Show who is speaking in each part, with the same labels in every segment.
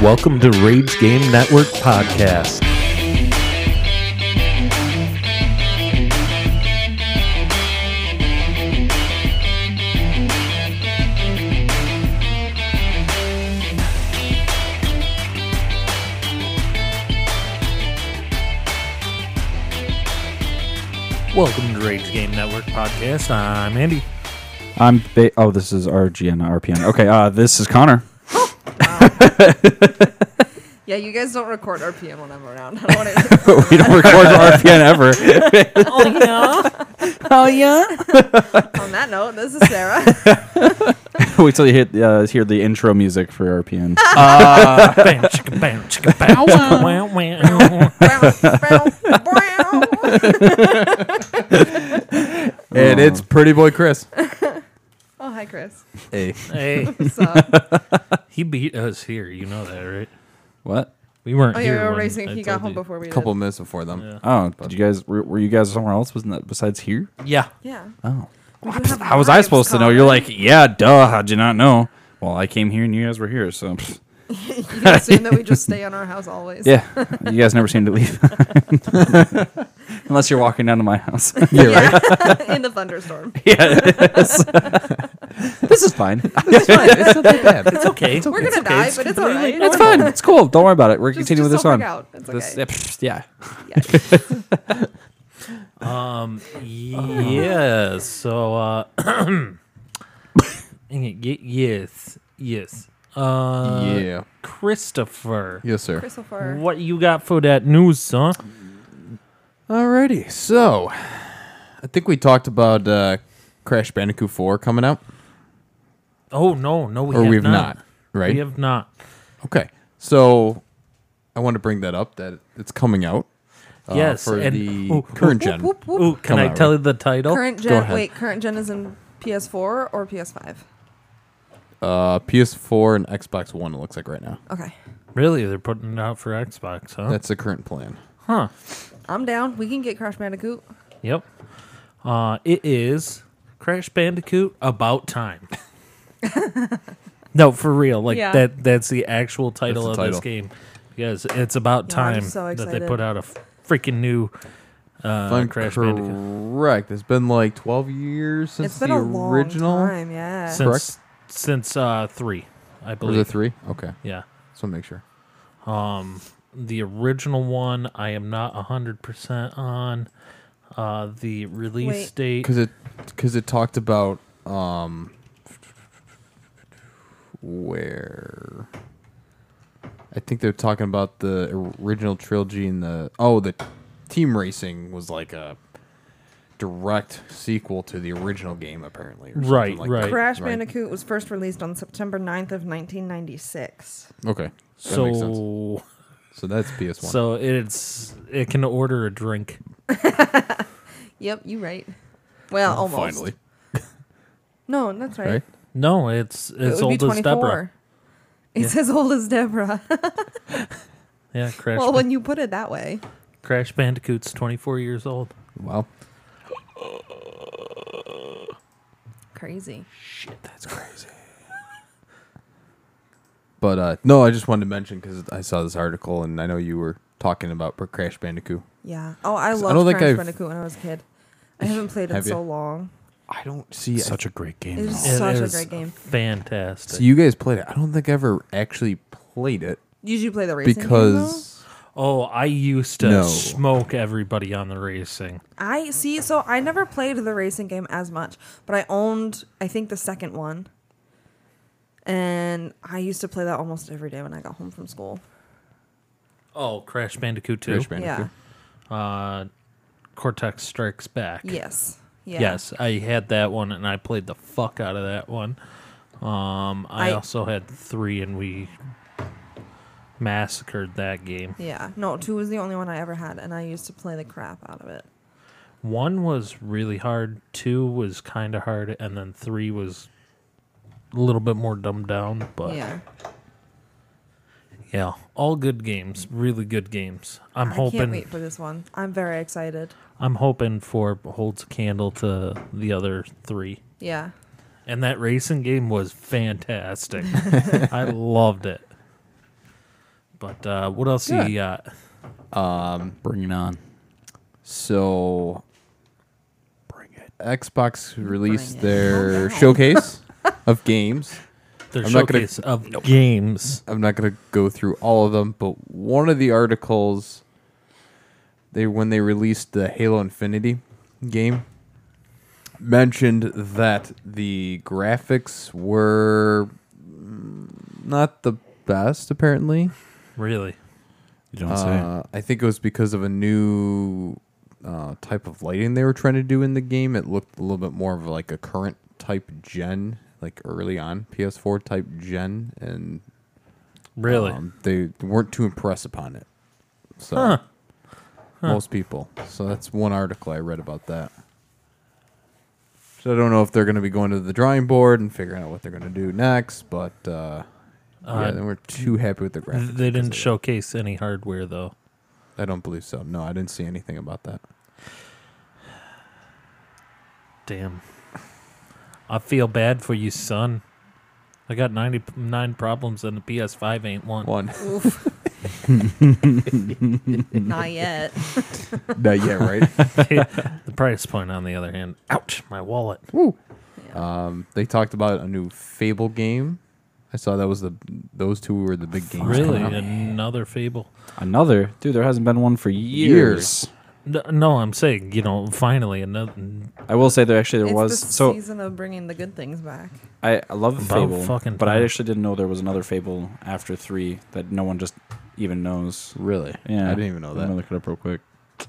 Speaker 1: Welcome to Raids Game Network Podcast. Welcome to Raids Game Network Podcast. I'm Andy.
Speaker 2: I'm ba- oh, this is RGN, not RPN. Okay, uh, this is Connor.
Speaker 3: Yeah, you guys don't record RPM when I'm around. I don't want
Speaker 2: we don't record RPN ever.
Speaker 4: Oh yeah. Oh yeah.
Speaker 3: to. On that note, this is Sarah.
Speaker 2: Wait till you hit, uh, hear the intro music for RPN.
Speaker 1: bam, chicka, bam, chicka, bam, chicka, wow, wow.
Speaker 5: And it's Pretty Boy Chris.
Speaker 3: oh, hi, Chris.
Speaker 5: Hey.
Speaker 1: Hey,
Speaker 3: So, oh,
Speaker 1: he beat us here. You know that, right?
Speaker 2: what?
Speaker 1: We weren't
Speaker 3: oh, yeah,
Speaker 1: here.
Speaker 3: we were
Speaker 1: when
Speaker 3: racing.
Speaker 1: I
Speaker 3: He got
Speaker 1: told
Speaker 3: home
Speaker 1: you.
Speaker 3: before we
Speaker 5: A couple minutes before them.
Speaker 1: Yeah.
Speaker 2: Oh, did you guys were, were you guys somewhere else? Wasn't that besides here?
Speaker 1: Yeah.
Speaker 3: did. Yeah.
Speaker 2: Oh,
Speaker 3: We do have
Speaker 2: how was I
Speaker 3: lives,
Speaker 2: supposed to know?
Speaker 3: Colin.
Speaker 2: You're like, yeah, duh. How'd you not know? Well, I came here and you guys were here, so pfft.
Speaker 3: you can assume that we just stay in our house always.
Speaker 2: yeah. You guys never seem to leave, unless you're walking down to my house.
Speaker 3: Yeah. in the thunderstorm.
Speaker 2: yeah, it is. this is fine.
Speaker 5: it's not that bad.
Speaker 1: It's okay. It's
Speaker 3: We're going to die, but it's all right.
Speaker 2: It's fine. It's cool. Don't worry about it. We're
Speaker 3: Just,
Speaker 2: continuing this
Speaker 3: just don't
Speaker 2: on.
Speaker 3: freak Out. It's okay.
Speaker 2: This, yeah, pfft, yeah.
Speaker 1: Um. Yeah. So. Uh, y- y- yes. Yes. Uh,
Speaker 5: yeah.
Speaker 1: Christopher.
Speaker 5: Yes, sir.
Speaker 3: Christopher.
Speaker 1: What you got for that news, huh?
Speaker 5: Alrighty. So, I think we talked about uh, Crash Bandicoot 4 coming out,
Speaker 1: Oh no, no, we
Speaker 5: or
Speaker 1: have
Speaker 5: we've
Speaker 1: not.
Speaker 5: not, right?
Speaker 1: We have not.
Speaker 5: okay. So, I want to bring that up that it's coming out. uh,
Speaker 1: Yes,
Speaker 5: For
Speaker 1: and-
Speaker 5: the
Speaker 1: ooh,
Speaker 5: current gen.
Speaker 3: Whoop, whoop.
Speaker 1: Ooh, can
Speaker 5: Come
Speaker 1: I
Speaker 5: out,
Speaker 1: tell you the title?
Speaker 3: Current
Speaker 5: Go
Speaker 3: gen.
Speaker 5: ahead.
Speaker 3: wait, current gen is in PS4 or PS5?
Speaker 5: Uh, PS4 and Xbox One, it looks like right now.
Speaker 3: Okay.
Speaker 1: Really, they're putting it out for Xbox, huh?
Speaker 5: That's the current plan.
Speaker 1: huh.
Speaker 3: I'm down. We can get Crash Bandicoot.
Speaker 1: Yep. Uh, it is Crash Bandicoot About Time. no, for real. Like
Speaker 3: Yeah.
Speaker 1: that that's the actual title
Speaker 5: the
Speaker 1: of this
Speaker 5: title.
Speaker 1: game. Because it's about
Speaker 3: Yeah, I'm
Speaker 1: time
Speaker 3: so
Speaker 1: that they
Speaker 3: excited.
Speaker 1: put out a freaking new
Speaker 5: If
Speaker 1: uh,
Speaker 5: I'm
Speaker 1: Crash Bandicoot.
Speaker 5: correct. It's been like 12 years since
Speaker 3: It's been
Speaker 5: the
Speaker 3: a long
Speaker 5: original.
Speaker 3: time. Yeah.
Speaker 1: Since
Speaker 5: correct?
Speaker 1: since uh 3, I
Speaker 5: Or the
Speaker 1: believe.
Speaker 5: three? Okay.
Speaker 1: yeah.
Speaker 5: So make sure.
Speaker 1: Um, the original one, I am not hundred percent on. Uh, the release
Speaker 3: Wait.
Speaker 1: date.
Speaker 5: because it because it talked about um where I think they're talking about the original trilogy and the oh the team racing was like a direct sequel to the original game apparently or something
Speaker 1: Right,
Speaker 5: like
Speaker 1: right.
Speaker 5: that,
Speaker 3: Crash
Speaker 5: right?
Speaker 3: Bandicoot was first released on September 9th of 1996.
Speaker 5: okay that makes sense.
Speaker 1: So,
Speaker 5: so that's PS1
Speaker 1: so it's it can order a drink.
Speaker 3: Yep, you right. Well, almost.
Speaker 5: finally
Speaker 3: No, that's right.
Speaker 5: right
Speaker 1: No, it's it's
Speaker 3: it would be
Speaker 1: old as
Speaker 3: 24.
Speaker 1: Deborah.
Speaker 3: It's as old as Deborah.
Speaker 1: Yeah, Crash.
Speaker 3: well, when you put it that way,
Speaker 1: Crash Bandicoot's twenty four years old.
Speaker 5: wow
Speaker 3: crazy.
Speaker 5: that's crazy but uh no I just wanted to mention because I saw this article and I know you were talking about Crash Bandicoot
Speaker 3: Yeah. Oh, I
Speaker 5: I
Speaker 3: loved
Speaker 5: don't think
Speaker 3: Crash
Speaker 5: I've-
Speaker 3: Bandicoot when I was a kid. I haven't played it
Speaker 5: Have you?
Speaker 3: so long.
Speaker 5: I don't see
Speaker 2: Such a great game.
Speaker 3: It
Speaker 2: though.
Speaker 3: is
Speaker 1: It
Speaker 3: such
Speaker 1: is
Speaker 3: a great game.
Speaker 1: Fantastic.
Speaker 5: So you guys played it. I don't think I ever actually played it
Speaker 3: You usually play the racing game,
Speaker 5: because
Speaker 1: oh, I used to
Speaker 5: No.
Speaker 1: smoke everybody on the racing.
Speaker 3: though? I see. So I never played the racing game as much, but I owned, I think, the second one. And I used to play that almost every day when I got home from school.
Speaker 1: Oh, Crash Bandicoot two.
Speaker 5: Crash Bandicoot.
Speaker 1: Uh, Cortex Strikes Back.
Speaker 3: Yes. Yeah.
Speaker 1: Yes, I had that one, and I played the fuck out of that one. Um, I,
Speaker 3: I-
Speaker 1: also had three, and we massacred that game.
Speaker 3: Yeah. No, two was the only one I ever had, and I used to play the crap out of it.
Speaker 1: One was really hard, two was kind of hard, and then three was a little bit more dumbed down. But yeah,
Speaker 3: yeah.
Speaker 1: all good games, really good games. I'm
Speaker 3: I can't
Speaker 1: hoping,
Speaker 3: wait for this one. I'm very excited.
Speaker 1: I'm hoping for holds a candle to the other three.
Speaker 3: Yeah.
Speaker 1: And that racing game was fantastic. I loved it. But uh, what else you got?
Speaker 2: Bring it on.
Speaker 5: So
Speaker 2: Bring it.
Speaker 5: Xbox released
Speaker 4: it.
Speaker 5: their showcase of games.
Speaker 1: Their
Speaker 5: I'm not gonna-
Speaker 1: showcase of games.
Speaker 5: I'm not going to go through all of them, but one of the articles they when they released the Halo Infinity game mentioned that the graphics were mm, not the best apparently.
Speaker 1: Really?
Speaker 2: You don't
Speaker 5: Uh, I think it was because of a new uh, type of lighting they were trying to do in the game. It looked a little bit more of like a current type gen, like early on PS4 type gen, and
Speaker 1: Really?
Speaker 5: um, they weren't too impressed upon it. So
Speaker 1: huh.
Speaker 5: most people. So that's one article I read about that. So I don't know if they're going to be going to the drawing board and figuring out what they're going to do next, but uh, yeah,
Speaker 1: Uh,
Speaker 5: they weren't too happy with the
Speaker 1: Th-
Speaker 5: graphics.
Speaker 1: They didn't showcase any hardware though.
Speaker 5: I don't believe so. No, I didn't see anything about that.
Speaker 1: Damn. I feel bad for you, son. I got 99 problems and the PS5 ain't one.
Speaker 5: One,
Speaker 3: Oof. Not yet.
Speaker 5: not yet, right?
Speaker 1: the price point, on the other hand. Ouch, my wallet.
Speaker 2: Uh,
Speaker 5: Um, they talked about a new Fable game. I saw that was the those two were the big games.
Speaker 1: Really?
Speaker 5: coming up.
Speaker 1: Another fable.
Speaker 2: Another dude. There hasn't been one for years.
Speaker 5: Years.
Speaker 1: No, no, I'm saying, you know, finally another.
Speaker 2: I will say there actually there
Speaker 3: it's
Speaker 2: was
Speaker 3: the
Speaker 2: so
Speaker 3: season of bringing the good things back.
Speaker 2: I, I love
Speaker 1: About
Speaker 2: Fable,
Speaker 1: fucking
Speaker 2: but I
Speaker 1: time.
Speaker 2: actually didn't know there was another Fable after three that no one just even knows.
Speaker 5: Really?
Speaker 2: Yeah,
Speaker 5: I didn't even know
Speaker 2: I'm gonna
Speaker 5: that.
Speaker 2: look it up real quick. But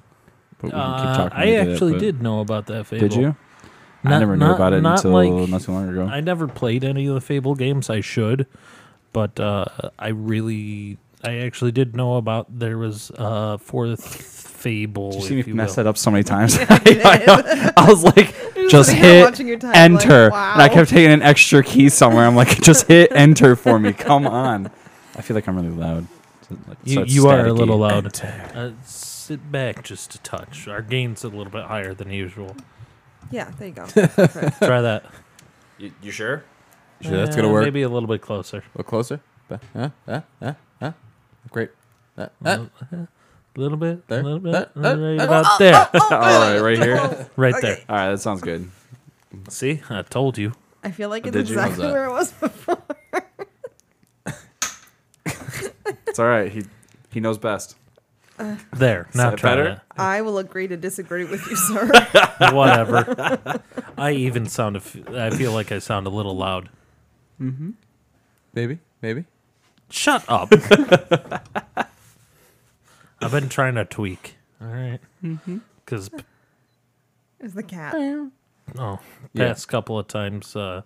Speaker 2: we can keep
Speaker 1: Uh,
Speaker 2: talking when
Speaker 1: I
Speaker 2: we get it,
Speaker 1: actually
Speaker 2: but-
Speaker 1: did know about that fable.
Speaker 2: Did you? I
Speaker 1: Not-
Speaker 2: never knew
Speaker 1: not-
Speaker 2: about it
Speaker 1: not
Speaker 2: until
Speaker 1: like-
Speaker 2: not too long ago.
Speaker 1: I never played any of the Fable games. I should, but uh, I really, I actually did know about there was uh fourth Fable.
Speaker 2: you
Speaker 1: if
Speaker 2: see me
Speaker 1: you
Speaker 2: mess
Speaker 1: will.
Speaker 2: that up so many times. I, I was like, just
Speaker 3: sitting there
Speaker 2: hit
Speaker 3: watching your time, like,
Speaker 2: enter, and I
Speaker 3: wow.
Speaker 2: kept taking an extra key somewhere. I'm like, just hit enter for me. Come on. I feel like I'm really loud. So, like,
Speaker 1: You,
Speaker 2: it's
Speaker 1: you are a little
Speaker 2: staticky.
Speaker 1: loud. Uh, sit back just a touch. Our gain's a little bit higher than usual.
Speaker 3: Yeah, there you go.
Speaker 1: Try that.
Speaker 2: You, you sure?
Speaker 5: Sure, that's
Speaker 1: Uh,
Speaker 5: gonna work.
Speaker 1: Maybe a little bit closer.
Speaker 5: Look closer. Ba- Huh? Huh? Huh? Huh? Great. Huh?
Speaker 1: A
Speaker 5: Huh?
Speaker 1: little, uh, little bit. A
Speaker 5: Uh. There, Uh,
Speaker 1: little bit.
Speaker 5: there, there.
Speaker 1: right
Speaker 3: Oh,
Speaker 1: about there.
Speaker 5: uh,
Speaker 2: All right, right here. All
Speaker 1: right
Speaker 3: Okay.
Speaker 1: there.
Speaker 2: right, that sounds good.
Speaker 1: See, I told you.
Speaker 3: I feel like it's
Speaker 2: Did you know
Speaker 3: exactly
Speaker 5: that?
Speaker 3: where it was before.
Speaker 2: It's all right. He he knows best.
Speaker 1: There. Now
Speaker 2: that
Speaker 1: try
Speaker 2: better?
Speaker 3: I will agree to disagree with you, sir.
Speaker 1: that. Whatever. I even sound. a f- I feel like I sound a little loud.
Speaker 5: Maybe. Maybe.
Speaker 1: Shut up. I've been trying to tweak. All right. Because
Speaker 3: It's the cat.
Speaker 1: oh,
Speaker 5: Yeah.
Speaker 1: past couple of times, uh,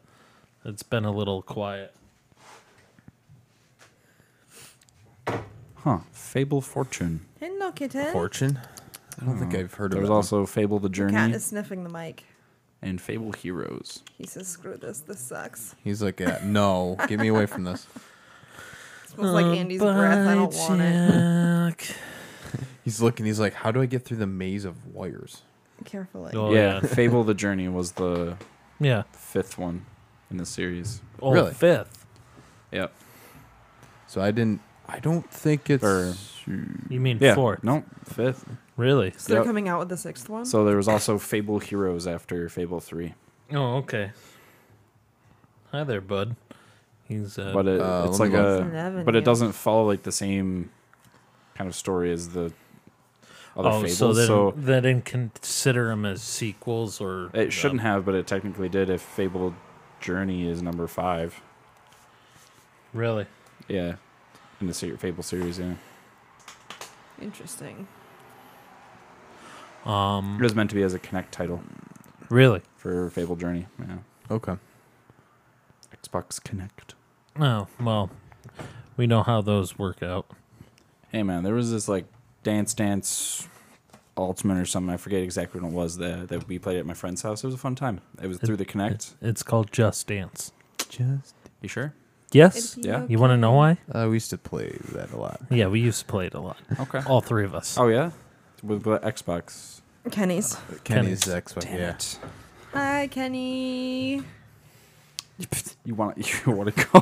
Speaker 1: it's been a little quiet.
Speaker 2: Huh? Fable Fortune.
Speaker 3: Hello, kitten.
Speaker 5: Fortune. I don't think I've heard
Speaker 2: There
Speaker 5: of
Speaker 2: was
Speaker 5: that one.
Speaker 2: also Fable the
Speaker 3: Cat
Speaker 2: Journey
Speaker 3: is sniffing the mic.
Speaker 2: and Fable Heroes.
Speaker 3: He says, "Screw this. This sucks."
Speaker 5: He's like, yeah, no, get me away from this.
Speaker 3: It
Speaker 1: Oh,
Speaker 3: smells like Andy's breath. I don't want it.
Speaker 1: Jack.
Speaker 5: He's looking. He's like, how do I get through the maze of wires?
Speaker 3: Carefully.
Speaker 1: Oh, yeah.
Speaker 2: yeah, Fable the Journey was the
Speaker 1: Yeah.
Speaker 2: fifth one in the series.
Speaker 1: Oh,
Speaker 5: Really?
Speaker 1: fifth.
Speaker 2: Yep.
Speaker 5: So I didn't. I don't think it's.
Speaker 2: Or-
Speaker 1: You mean
Speaker 2: Yeah.
Speaker 1: fourth?
Speaker 2: No, fifth.
Speaker 1: Really?
Speaker 3: So they're
Speaker 2: Yep.
Speaker 3: coming out with the sixth one.
Speaker 2: So there was also Fable Heroes after Fable Three,
Speaker 1: Oh, okay. Hi there, bud. He's uh,
Speaker 2: but it,
Speaker 5: Uh,
Speaker 2: it's
Speaker 5: let
Speaker 2: like
Speaker 5: me
Speaker 3: look. It's
Speaker 2: a,
Speaker 3: eleven,
Speaker 2: but it
Speaker 3: yeah.
Speaker 2: doesn't follow like the same kind of story as the other
Speaker 1: oh,
Speaker 2: Fables.
Speaker 1: so
Speaker 2: So,
Speaker 1: they, they didn't consider them as sequels or uh,
Speaker 2: it shouldn't have, but it technically did. If Fable Journey is number five,
Speaker 1: really.
Speaker 2: yeah, in the se- Fable series, yeah,
Speaker 3: Interesting.
Speaker 1: Um,
Speaker 2: it was meant to be as a Connect title
Speaker 1: really.
Speaker 2: for Fable Journey. Yeah,
Speaker 5: Okay.
Speaker 2: Xbox Connect.
Speaker 1: Oh well, we know how those work out.
Speaker 2: Hey man, there was this like dance dance ultimate or something. I forget exactly when it was that that we played at my friend's house. It was a fun time. It was through the Connect.
Speaker 1: It's called Just Dance.
Speaker 5: Just.
Speaker 2: You sure?
Speaker 1: Yes.
Speaker 3: It'd be
Speaker 2: Yeah.
Speaker 1: You want to know why?
Speaker 5: Uh, we used to play that a lot.
Speaker 1: Yeah, we used to play it a lot.
Speaker 2: Okay.
Speaker 1: All three of us.
Speaker 2: Oh yeah, with, with Xbox.
Speaker 3: Kenny's.
Speaker 5: Kenny's Xbox. Yeah.
Speaker 2: it.
Speaker 3: Hi, Kenny.
Speaker 2: You want you want to go?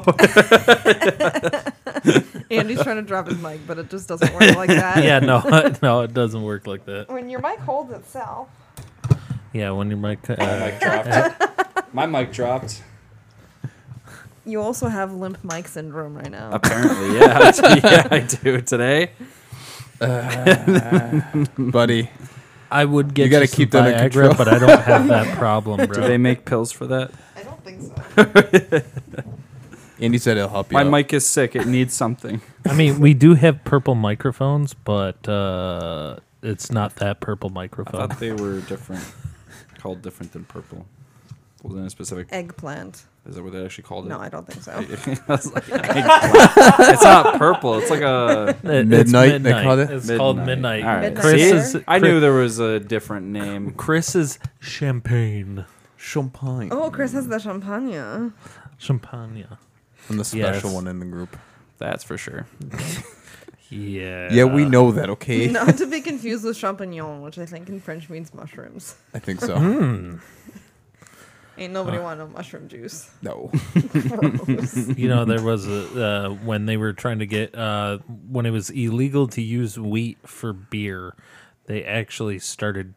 Speaker 3: Andy's trying to drop his mic, but it just doesn't work like that.
Speaker 1: yeah, no, no, it doesn't work like that.
Speaker 3: When your mic holds itself.
Speaker 1: Yeah, when your mic,
Speaker 2: My
Speaker 1: uh,
Speaker 2: mic dropped. My mic dropped.
Speaker 3: You also have limp mic syndrome right now.
Speaker 2: Apparently, yeah, yeah, I do today.
Speaker 5: buddy.
Speaker 1: I would get
Speaker 5: You gotta
Speaker 1: some
Speaker 5: keep that in
Speaker 1: Viagra,
Speaker 5: control.
Speaker 1: but I don't have that problem,
Speaker 2: Do they
Speaker 1: bro.
Speaker 2: make pills for that?
Speaker 3: I don't think so.
Speaker 5: Andy said it'll help you.
Speaker 2: My
Speaker 5: out.
Speaker 2: mic is sick. It needs something.
Speaker 1: I mean, we do have purple microphones, but uh, it's not that purple
Speaker 2: I
Speaker 1: microphone.
Speaker 2: thought they were different, called different than purple. Wasn't it specific?
Speaker 3: Eggplant.
Speaker 2: Is that what they actually called it?
Speaker 3: No, I don't think so.
Speaker 2: I was like, eggplant. it's not purple. It's like a
Speaker 1: It- it's
Speaker 5: Midnight, they call it?
Speaker 1: It's called midnight.
Speaker 2: All right.
Speaker 3: Midnight
Speaker 1: Chris
Speaker 2: See?
Speaker 1: is.
Speaker 2: I knew there was a different name.
Speaker 1: Chris is champagne.
Speaker 5: champagne.
Speaker 3: Oh, Chris has the champagne.
Speaker 1: Champagne.
Speaker 5: I'm the special
Speaker 1: Yes.
Speaker 5: one in the group.
Speaker 2: That's for sure.
Speaker 1: Yeah.
Speaker 5: Yeah, we know that. Okay,
Speaker 3: Not to be confused with champignon, which I think in French means mushrooms.
Speaker 5: I think so.
Speaker 3: Ain't nobody want no mushroom juice.
Speaker 5: no,
Speaker 3: Gross.
Speaker 1: you know there was a uh, when they were trying to get uh, when it was illegal to use wheat for beer they actually started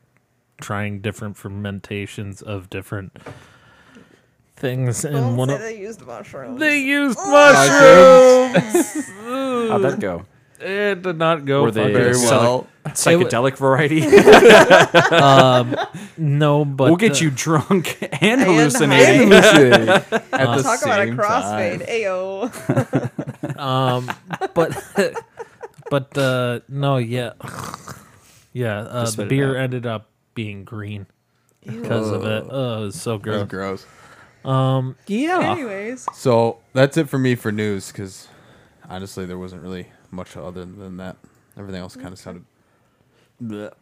Speaker 1: trying different fermentations of different things
Speaker 3: Don't
Speaker 1: and one
Speaker 3: say
Speaker 1: of
Speaker 3: they used mushrooms.
Speaker 1: they used
Speaker 3: Oh.
Speaker 2: How'd
Speaker 1: mushrooms
Speaker 2: that go?
Speaker 1: it did not go
Speaker 2: Were they
Speaker 1: fucking
Speaker 2: very
Speaker 1: well.
Speaker 2: well. Psychedelic variety.
Speaker 1: no but
Speaker 2: we'll get
Speaker 1: uh,
Speaker 2: you drunk and
Speaker 3: high.
Speaker 2: hallucinating.
Speaker 5: At the
Speaker 3: Talk about a
Speaker 5: same
Speaker 3: crossfade.
Speaker 5: time.
Speaker 3: Ayo.
Speaker 1: um but but uh no yeah yeah uh,
Speaker 2: Just spit it
Speaker 1: beer
Speaker 2: out. Uh,
Speaker 1: ended up being green because of it oh it was so
Speaker 5: That was
Speaker 1: gross
Speaker 5: gross.
Speaker 1: yeah
Speaker 3: Anyways,
Speaker 5: So that's it for me for news because honestly, there wasn't really much other than that. Everything else kind of sounded. Bleh.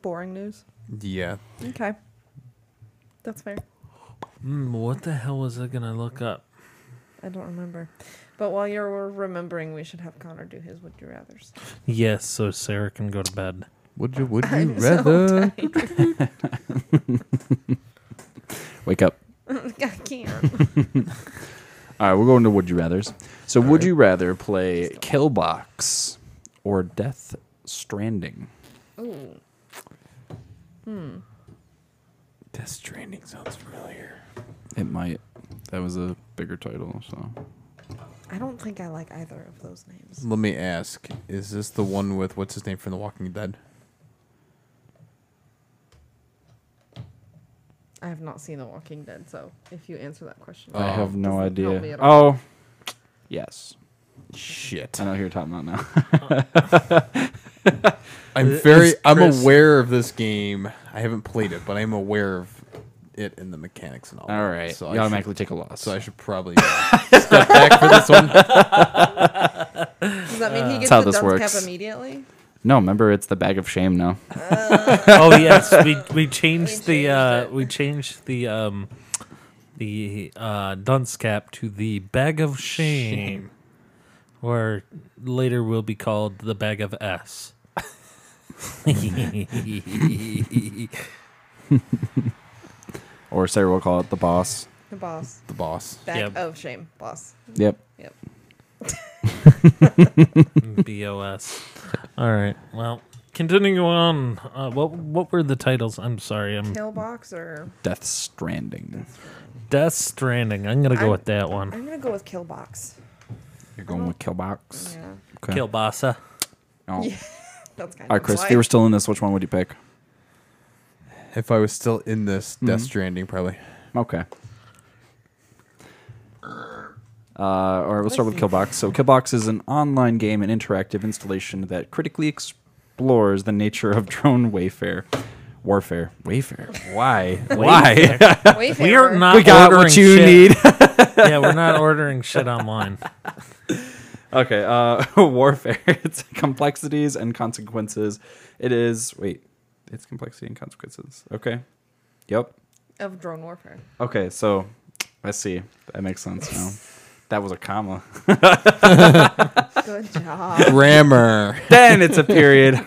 Speaker 3: boring news.
Speaker 5: Yeah,
Speaker 3: Okay. That's fair.
Speaker 1: Mm, what the hell was I gonna look up?
Speaker 3: I don't remember. But while you're remembering, we should have Connor do his Would You Rathers.
Speaker 1: Yes, so Sarah can go to bed.
Speaker 5: Would you would you
Speaker 3: I'm so
Speaker 5: rather?
Speaker 2: Wake up.
Speaker 3: I can't.
Speaker 2: All right, we're going to Would You Rather's. So, would
Speaker 5: right.
Speaker 2: you rather play Killbox or Death Stranding?
Speaker 3: Ooh.
Speaker 5: Death Stranding sounds familiar.
Speaker 2: It might. That was a bigger title, so
Speaker 3: I don't think I like either of those names.
Speaker 5: Let me ask: Is this the one with what's his name from The Walking Dead?
Speaker 3: I have not seen The Walking Dead, so if you answer that question,
Speaker 2: I
Speaker 5: Oh.
Speaker 2: have no
Speaker 3: Doesn't help me
Speaker 2: idea.
Speaker 3: at
Speaker 2: Oh, yes.
Speaker 5: Shit,
Speaker 2: I know who you're talking about now.
Speaker 5: I'm
Speaker 1: Is
Speaker 5: very I'm
Speaker 1: Chris-
Speaker 5: aware of this game. I haven't played it, but I'm aware of it and the mechanics and all.
Speaker 2: All
Speaker 5: that.
Speaker 2: right,
Speaker 5: so
Speaker 2: you
Speaker 5: I should,
Speaker 2: automatically take a loss.
Speaker 5: so I should probably uh, step back for this one.
Speaker 3: does that mean he gets
Speaker 2: how
Speaker 3: the
Speaker 2: this
Speaker 3: dump cap
Speaker 2: works.
Speaker 3: immediately?
Speaker 2: no, remember it's the bag of shame now.
Speaker 1: oh yes, we we changed
Speaker 3: We
Speaker 1: the uh,
Speaker 3: changed it.
Speaker 1: we changed the um the uh, dunce cap to the bag of shame, or later will be called the bag of s.
Speaker 2: Or Sarah will call it the boss.
Speaker 3: The boss.
Speaker 5: The boss.
Speaker 3: Back
Speaker 1: Yep.
Speaker 3: of shame. Boss.
Speaker 2: Yep.
Speaker 3: Yep.
Speaker 1: BOS. All right. Well, continuing on. Uh, what what were the titles? I'm sorry. I'm
Speaker 3: Killbox or
Speaker 2: Death Stranding.
Speaker 1: Death Stranding. I'm gonna go
Speaker 3: I'm-
Speaker 1: with that one.
Speaker 3: I'm gonna go with Killbox.
Speaker 2: You're going with Killbox.
Speaker 3: Yeah.
Speaker 2: Okay.
Speaker 1: Kielbasa.
Speaker 2: Oh.
Speaker 3: Yeah. That's kind
Speaker 2: All right,
Speaker 3: of
Speaker 2: Chris.
Speaker 3: why.
Speaker 2: If you were still in this, which one would you pick?
Speaker 5: If I was still in this,
Speaker 2: Mm-hmm.
Speaker 5: Death Stranding probably.
Speaker 2: Okay. Uh, all right, we'll start with Killbox. So, Killbox is an online game and interactive installation that critically explores the nature of drone wayfare. Warfare. Wayfare. Why? Why?
Speaker 3: Wayfarer.
Speaker 1: We are not.
Speaker 2: we got
Speaker 1: ordering
Speaker 2: what you
Speaker 1: shit.
Speaker 2: need.
Speaker 1: yeah, we're not ordering shit online.
Speaker 2: okay. Uh, warfare. It's complexities and consequences. It is. Wait. It's complexity and consequences. Okay. Yep.
Speaker 3: of drone warfare.
Speaker 2: Okay, so I see. That makes sense now. That was a comma.
Speaker 3: Good job.
Speaker 5: Grammar.
Speaker 2: then it's a period.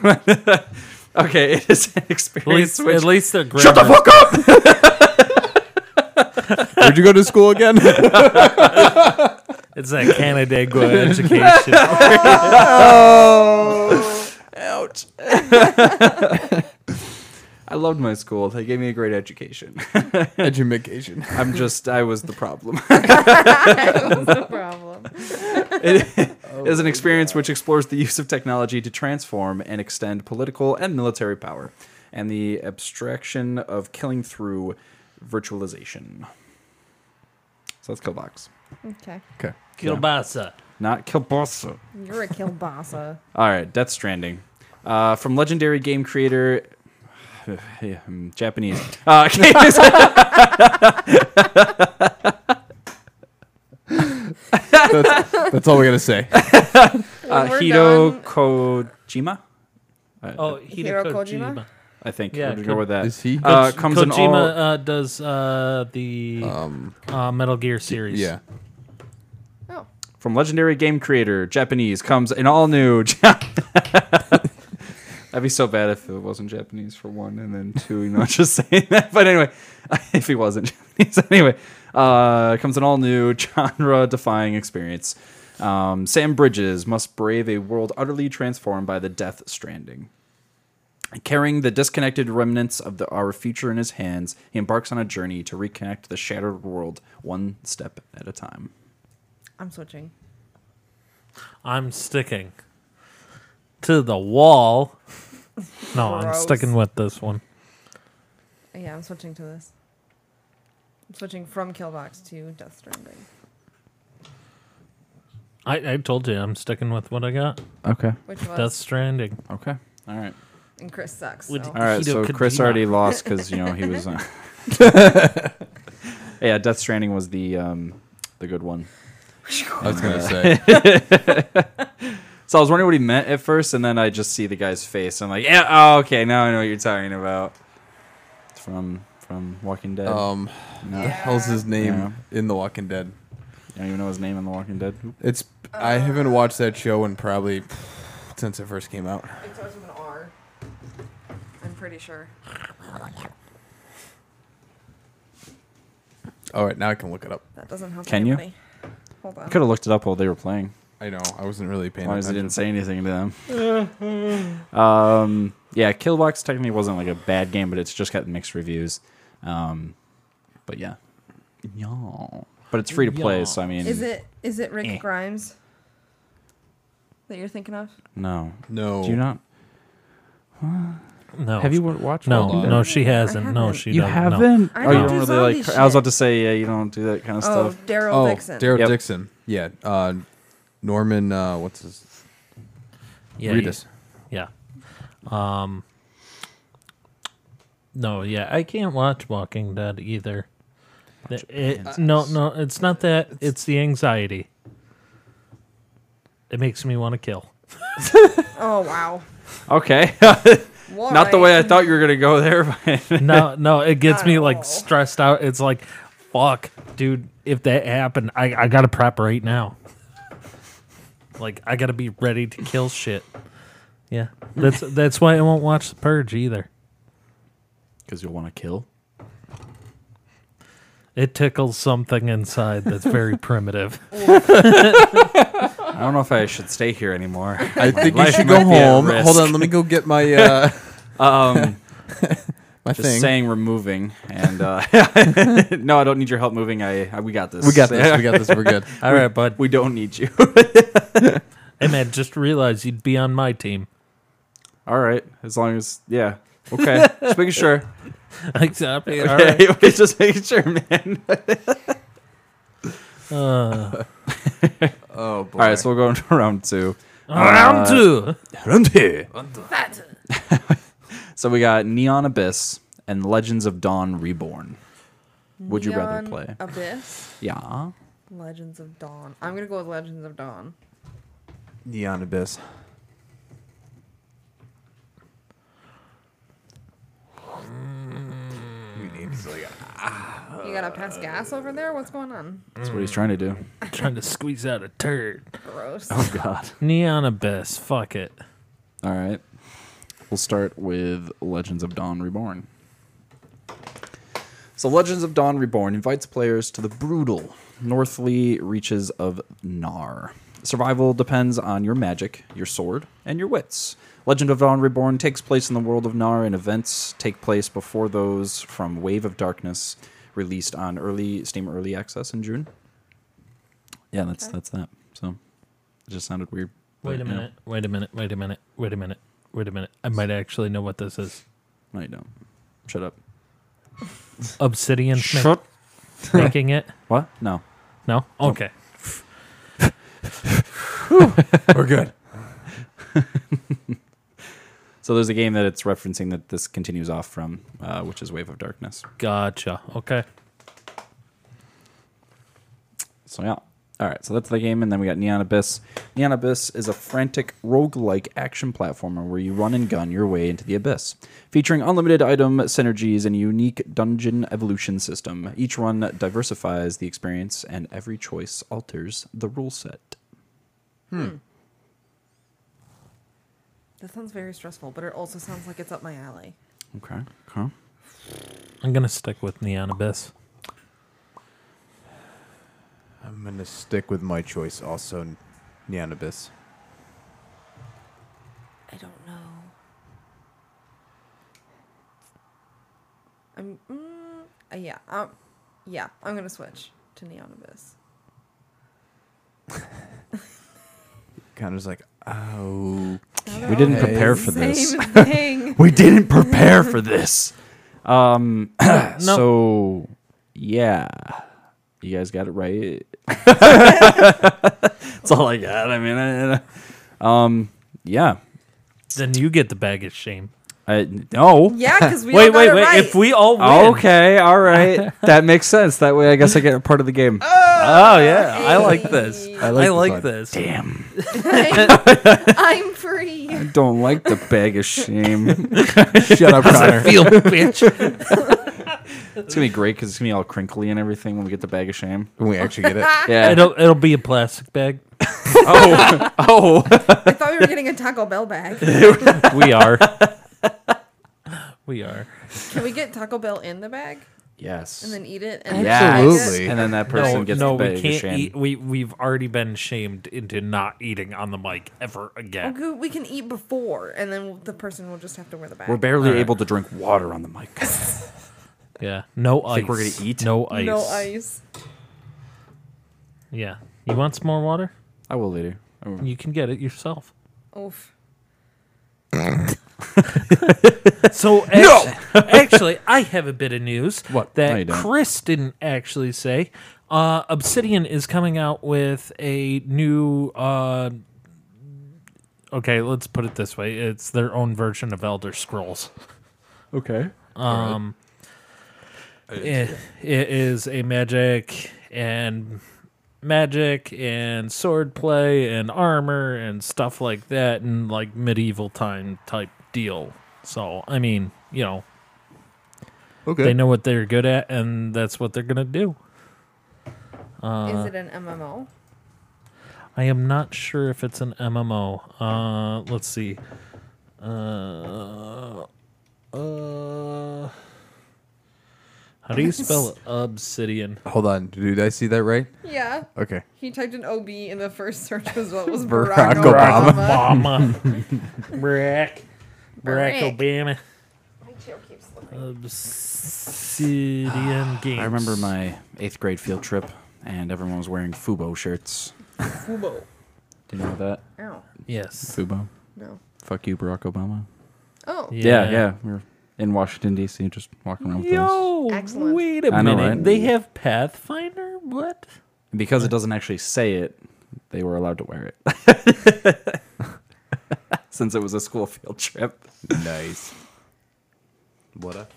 Speaker 2: okay, it is an
Speaker 1: At least,
Speaker 2: experience.
Speaker 1: at
Speaker 2: Which,
Speaker 1: least the grammar.
Speaker 2: shut the fuck up!
Speaker 5: Where'd you go to school again?
Speaker 1: It's that Canandaigua education.
Speaker 2: Oh. Ouch. I loved my school. They gave me a great education.
Speaker 5: Education.
Speaker 2: I'm just, I was the problem.
Speaker 4: no problem.
Speaker 2: It is
Speaker 5: Oh.
Speaker 2: an experience which explores the use of technology to transform and extend political and military power, and the abstraction of killing through virtualization. So that's Killbox,
Speaker 4: Okay.
Speaker 5: Okay.
Speaker 1: Kielbasa.
Speaker 2: not Killboss.
Speaker 3: You're a uh. kielbasa.
Speaker 2: All right, Death Stranding, uh, from legendary game creator. Yeah, I'm Japanese. Uh,
Speaker 5: That's, that's all we gotta say.
Speaker 2: uh,
Speaker 3: we're
Speaker 2: Hiro Kojima,
Speaker 1: Oh,
Speaker 3: Hiro
Speaker 1: Hideo
Speaker 3: Kojima?
Speaker 1: Kojima.
Speaker 2: I think.
Speaker 1: Yeah,
Speaker 2: Yeah, go
Speaker 1: Ko-
Speaker 2: with that.
Speaker 5: Is he?
Speaker 2: Uh,
Speaker 1: Ko-
Speaker 2: comes in
Speaker 1: Kojima
Speaker 2: all-
Speaker 1: uh, does uh, the
Speaker 5: Um,
Speaker 1: uh, Metal Gear series.
Speaker 5: yeah.
Speaker 4: Oh.
Speaker 2: from legendary game creator Japanese comes in all new. That'd be so bad if it wasn't Japanese for one, and then two. You know, just saying that. But anyway, if he wasn't Japanese, anyway, uh, comes an all new genre-defying experience. Um, Sam Bridges must brave a world utterly transformed by the Death Stranding. Carrying the disconnected remnants of the, our future in his hands, he embarks on a journey to reconnect the shattered world one step at a time.
Speaker 3: I'm switching.
Speaker 1: I'm sticking to the wall. No, I'm
Speaker 3: Gross.
Speaker 1: sticking with this one.
Speaker 3: Yeah, I'm switching to this. I'm switching from Killbox to Death Stranding.
Speaker 1: I, I told you I'm sticking with what I got.
Speaker 2: Okay.
Speaker 3: Which was
Speaker 1: Death Stranding.
Speaker 2: Okay. All right.
Speaker 3: and Chris sucks.
Speaker 1: Would-
Speaker 3: so.
Speaker 2: All right.
Speaker 1: Hideo
Speaker 2: so Chris
Speaker 1: Kojima.
Speaker 2: already lost because you know he was. Uh... yeah, Death Stranding was the um, the good one.
Speaker 5: I was gonna say.
Speaker 2: So I was wondering what he meant at first, and then I just see the guy's face. I'm like, yeah, oh, okay, now I know what you're talking about. Oh. It's from from Walking Dead.
Speaker 5: Um,
Speaker 2: no,
Speaker 5: the hell's his name
Speaker 2: Yeah.
Speaker 5: in The Walking Dead?
Speaker 2: I don't even know his name in The Walking Dead.
Speaker 5: It's I haven't watched that show in probably since it first came out.
Speaker 3: It starts with an R. I'm pretty sure.
Speaker 5: All right, Oh, now I can look it up.
Speaker 3: That doesn't help.
Speaker 2: Can you?
Speaker 3: anybody. Hold on.
Speaker 2: I could have looked it up while they were playing.
Speaker 5: I know I wasn't really
Speaker 2: As
Speaker 5: paying
Speaker 2: long as I
Speaker 5: attention.
Speaker 2: didn't say anything to them. um, yeah, Killbox technically wasn't like a bad game, but it's just got mixed reviews. Um, but yeah, Y'all. But it's free to play,
Speaker 1: Y'all.
Speaker 2: so I mean,
Speaker 3: Is it is it Rick
Speaker 2: Eh.
Speaker 3: Grimes that you're thinking of?
Speaker 2: no?
Speaker 5: No,
Speaker 2: Do you not?
Speaker 1: No.
Speaker 2: Have you wa- watched?
Speaker 1: No,
Speaker 5: Walking
Speaker 1: no,
Speaker 3: Dead?
Speaker 1: she hasn't. No,
Speaker 3: haven't.
Speaker 1: she
Speaker 2: you
Speaker 1: doesn't. No.
Speaker 2: haven't. Oh,
Speaker 3: I
Speaker 2: you
Speaker 3: don't do
Speaker 2: really like.
Speaker 3: zombie
Speaker 2: I was about
Speaker 3: shit.
Speaker 2: to say, yeah, you don't do that kind of
Speaker 3: Oh,
Speaker 2: stuff.
Speaker 3: Daryl
Speaker 5: Oh,
Speaker 3: Dixon.
Speaker 5: Daryl
Speaker 2: Yep.
Speaker 5: Dixon. Yeah, uh, Norman. Uh, what's his?
Speaker 1: Yeah,
Speaker 5: Reedus.
Speaker 1: Yeah. Um. No, yeah, I can't watch Walking Dead either. The- it- no, no, it's not that. It's the anxiety. It makes me want to kill.
Speaker 3: oh wow.
Speaker 2: Okay,
Speaker 3: Well,
Speaker 2: not the
Speaker 3: I-
Speaker 2: way I thought you were gonna go there. But
Speaker 1: No, no, it gets me like
Speaker 3: Oh.
Speaker 1: stressed out. It's like, fuck, dude, if that happened, I I gotta prep right now. Like I gotta be ready to kill shit. Yeah, that's that's why I won't watch The Purge either.
Speaker 2: because you'll want to kill.
Speaker 1: It tickles something inside that's very primitive.
Speaker 2: I don't know if I should stay here anymore.
Speaker 5: I think you
Speaker 2: life
Speaker 5: should
Speaker 2: might
Speaker 5: go
Speaker 2: be at
Speaker 5: home. Hold
Speaker 2: risk.
Speaker 5: on, let me go get my uh,
Speaker 2: Um.
Speaker 5: my
Speaker 2: Just
Speaker 5: thing.
Speaker 2: saying we're moving, and uh, no, I don't need your help moving. I, I we got this.
Speaker 5: We got this. We got this. We're good.
Speaker 1: All right, bud.
Speaker 2: We don't need you.
Speaker 1: Hey, man, just realized you'd be on my team.
Speaker 2: All right, as long as yeah, okay. just making sure.
Speaker 1: Exactly. All right.
Speaker 2: Okay, just making sure, man.
Speaker 1: Uh,
Speaker 5: Oh boy.
Speaker 2: All right, so we'll go into round two.
Speaker 1: round two.
Speaker 2: Round two. so we got Neon Abyss and Legends of Dawn Reborn. Would you rather
Speaker 3: Neon
Speaker 2: play?
Speaker 3: Abyss?
Speaker 2: Yeah.
Speaker 3: Legends of Dawn. I'm gonna go with Legends of Dawn.
Speaker 5: Neon Abyss. You need to, like,
Speaker 3: You gotta pass gas over there? What's going on?
Speaker 2: That's what he's trying to do.
Speaker 1: Trying to squeeze out a turd.
Speaker 3: Gross.
Speaker 2: Oh God.
Speaker 1: Neon Abyss. Fuck it.
Speaker 2: All right. We'll start with Legends of Dawn Reborn. So Legends of Dawn Reborn invites players to the brutal northly reaches of Nar. Survival depends on your magic, your sword, and your wits. Legend of Dawn Reborn takes place in the world of Nar, and events take place before those from Wave of Darkness, released on early Steam Early Access in June. Yeah, that's that's that. So it just sounded weird.
Speaker 1: Wait a
Speaker 2: but, yeah.
Speaker 1: minute. Wait a minute. Wait a minute. Wait a minute. Wait a minute. I might actually know what this is.
Speaker 2: No, you don't. Shut up.
Speaker 1: Obsidian Smith making it.
Speaker 2: What? No.
Speaker 1: No. Okay.
Speaker 2: We're good. so there's a game that it's referencing that this continues off from, uh, which is Wave of Darkness.
Speaker 1: Gotcha. Okay.
Speaker 2: So yeah. All right, so that's the game, and then we got Neon Abyss. Neon Abyss is a frantic roguelike action platformer where you run and gun your way into the abyss, featuring unlimited item synergies and a unique dungeon evolution system. Each run diversifies the experience, and every choice alters the rule set.
Speaker 3: That sounds very stressful, but it also sounds like it's up my alley.
Speaker 2: Okay. Okay.
Speaker 1: I'm gonna stick with Neon Abyss.
Speaker 5: I'm gonna stick with my choice. Also, Neon Abyss.
Speaker 3: I don't know. I'm. Mm, uh, yeah. Um, yeah. I'm gonna switch to Neon Abyss.
Speaker 5: Kind of just like, oh,
Speaker 3: Now they're
Speaker 2: We didn't
Speaker 3: all the
Speaker 2: prepare for this.
Speaker 3: Same thing.
Speaker 2: We didn't prepare for this. Um,
Speaker 1: no.
Speaker 2: So, yeah. You guys got it right. That's all I got. I mean, I, I- um, yeah.
Speaker 1: Then you get the bag of shame.
Speaker 2: I, no.
Speaker 3: yeah, because we
Speaker 1: wait,
Speaker 3: all got
Speaker 1: wait,
Speaker 3: it
Speaker 1: wait.
Speaker 3: right.
Speaker 1: If we all win,
Speaker 2: Okay. All right. that makes sense. That way, I guess I get a part of the game.
Speaker 1: Oh yeah, I like this. I like,
Speaker 5: like
Speaker 1: this.
Speaker 2: Damn.
Speaker 4: I'm, I'm free.
Speaker 2: I don't like the bag of shame.
Speaker 5: shut up, Connor.
Speaker 1: Feel bitch.
Speaker 2: it's gonna be great because it's gonna be all crinkly and everything when we get the bag of shame. oh,
Speaker 5: When we actually get it,
Speaker 2: Yeah.
Speaker 1: It'll it'll be a plastic bag.
Speaker 2: Oh. Oh.
Speaker 3: I thought we were getting a Taco Bell bag.
Speaker 1: We are. we are.
Speaker 3: Can we get Taco Bell in the bag
Speaker 2: Yes.
Speaker 3: and then eat it? And
Speaker 2: Yes.
Speaker 5: Absolutely.
Speaker 2: And then that person
Speaker 1: No,
Speaker 2: gets
Speaker 1: no,
Speaker 2: the bag
Speaker 1: we
Speaker 2: of
Speaker 1: can't
Speaker 2: shame.
Speaker 1: eat. We we've already been shamed into not eating on the mic ever again.
Speaker 3: Okay, we can eat before, and then the person will just have to wear the bag.
Speaker 2: We're barely
Speaker 1: All right.
Speaker 2: able to drink water on the mic.
Speaker 1: Yeah, no ice.
Speaker 2: Think we're gonna eat?
Speaker 1: No ice.
Speaker 3: No ice.
Speaker 1: Yeah. You want some more water?
Speaker 2: I will later. I will.
Speaker 1: You can get it yourself.
Speaker 3: Oof.
Speaker 1: So eh, actually, actually, I have a bit of news
Speaker 2: What? No, you
Speaker 1: that
Speaker 2: don't.
Speaker 1: Chris didn't actually say. Uh, Obsidian is coming out with a new. Uh, okay, let's put it this way: it's their own version of Elder Scrolls.
Speaker 2: Okay.
Speaker 1: Um, it, it is a magic and magic and sword play and armor and stuff like that and like medieval time type deal. So I mean, you know,
Speaker 5: okay.
Speaker 1: they know what they're good at and that's what they're gonna do.
Speaker 2: Uh,
Speaker 4: Is it an MMO?
Speaker 1: I am not sure if it's an MMO. Uh, let's see. Uh, uh, how do you spell obsidian?
Speaker 5: Hold on. Did I see that right?
Speaker 4: Yeah.
Speaker 5: Okay.
Speaker 4: He typed in OB in the first search result was
Speaker 5: Barack
Speaker 4: Barack,
Speaker 5: Obama.
Speaker 4: Obama.
Speaker 1: Obama. Barack. Barack
Speaker 4: Barack.
Speaker 1: Obama.
Speaker 4: My chair keeps slipping.
Speaker 1: Obsidian games.
Speaker 2: I remember my eighth grade field trip, and everyone was wearing Fubo shirts.
Speaker 3: Fubo.
Speaker 2: Do you know that?
Speaker 4: Ow.
Speaker 1: Yes.
Speaker 2: Fubo.
Speaker 4: No.
Speaker 2: Fuck you, Barack Obama.
Speaker 4: Oh.
Speaker 2: Yeah, yeah. we are in Washington D.C., just walking around with those.
Speaker 1: Yo,
Speaker 4: Excellent.
Speaker 1: wait a
Speaker 2: I know,
Speaker 1: minute.
Speaker 2: right?
Speaker 1: They have Pathfinder? What?
Speaker 2: Because it doesn't actually say it, they were allowed to wear it. Since it was a school field trip.
Speaker 5: Nice. What a.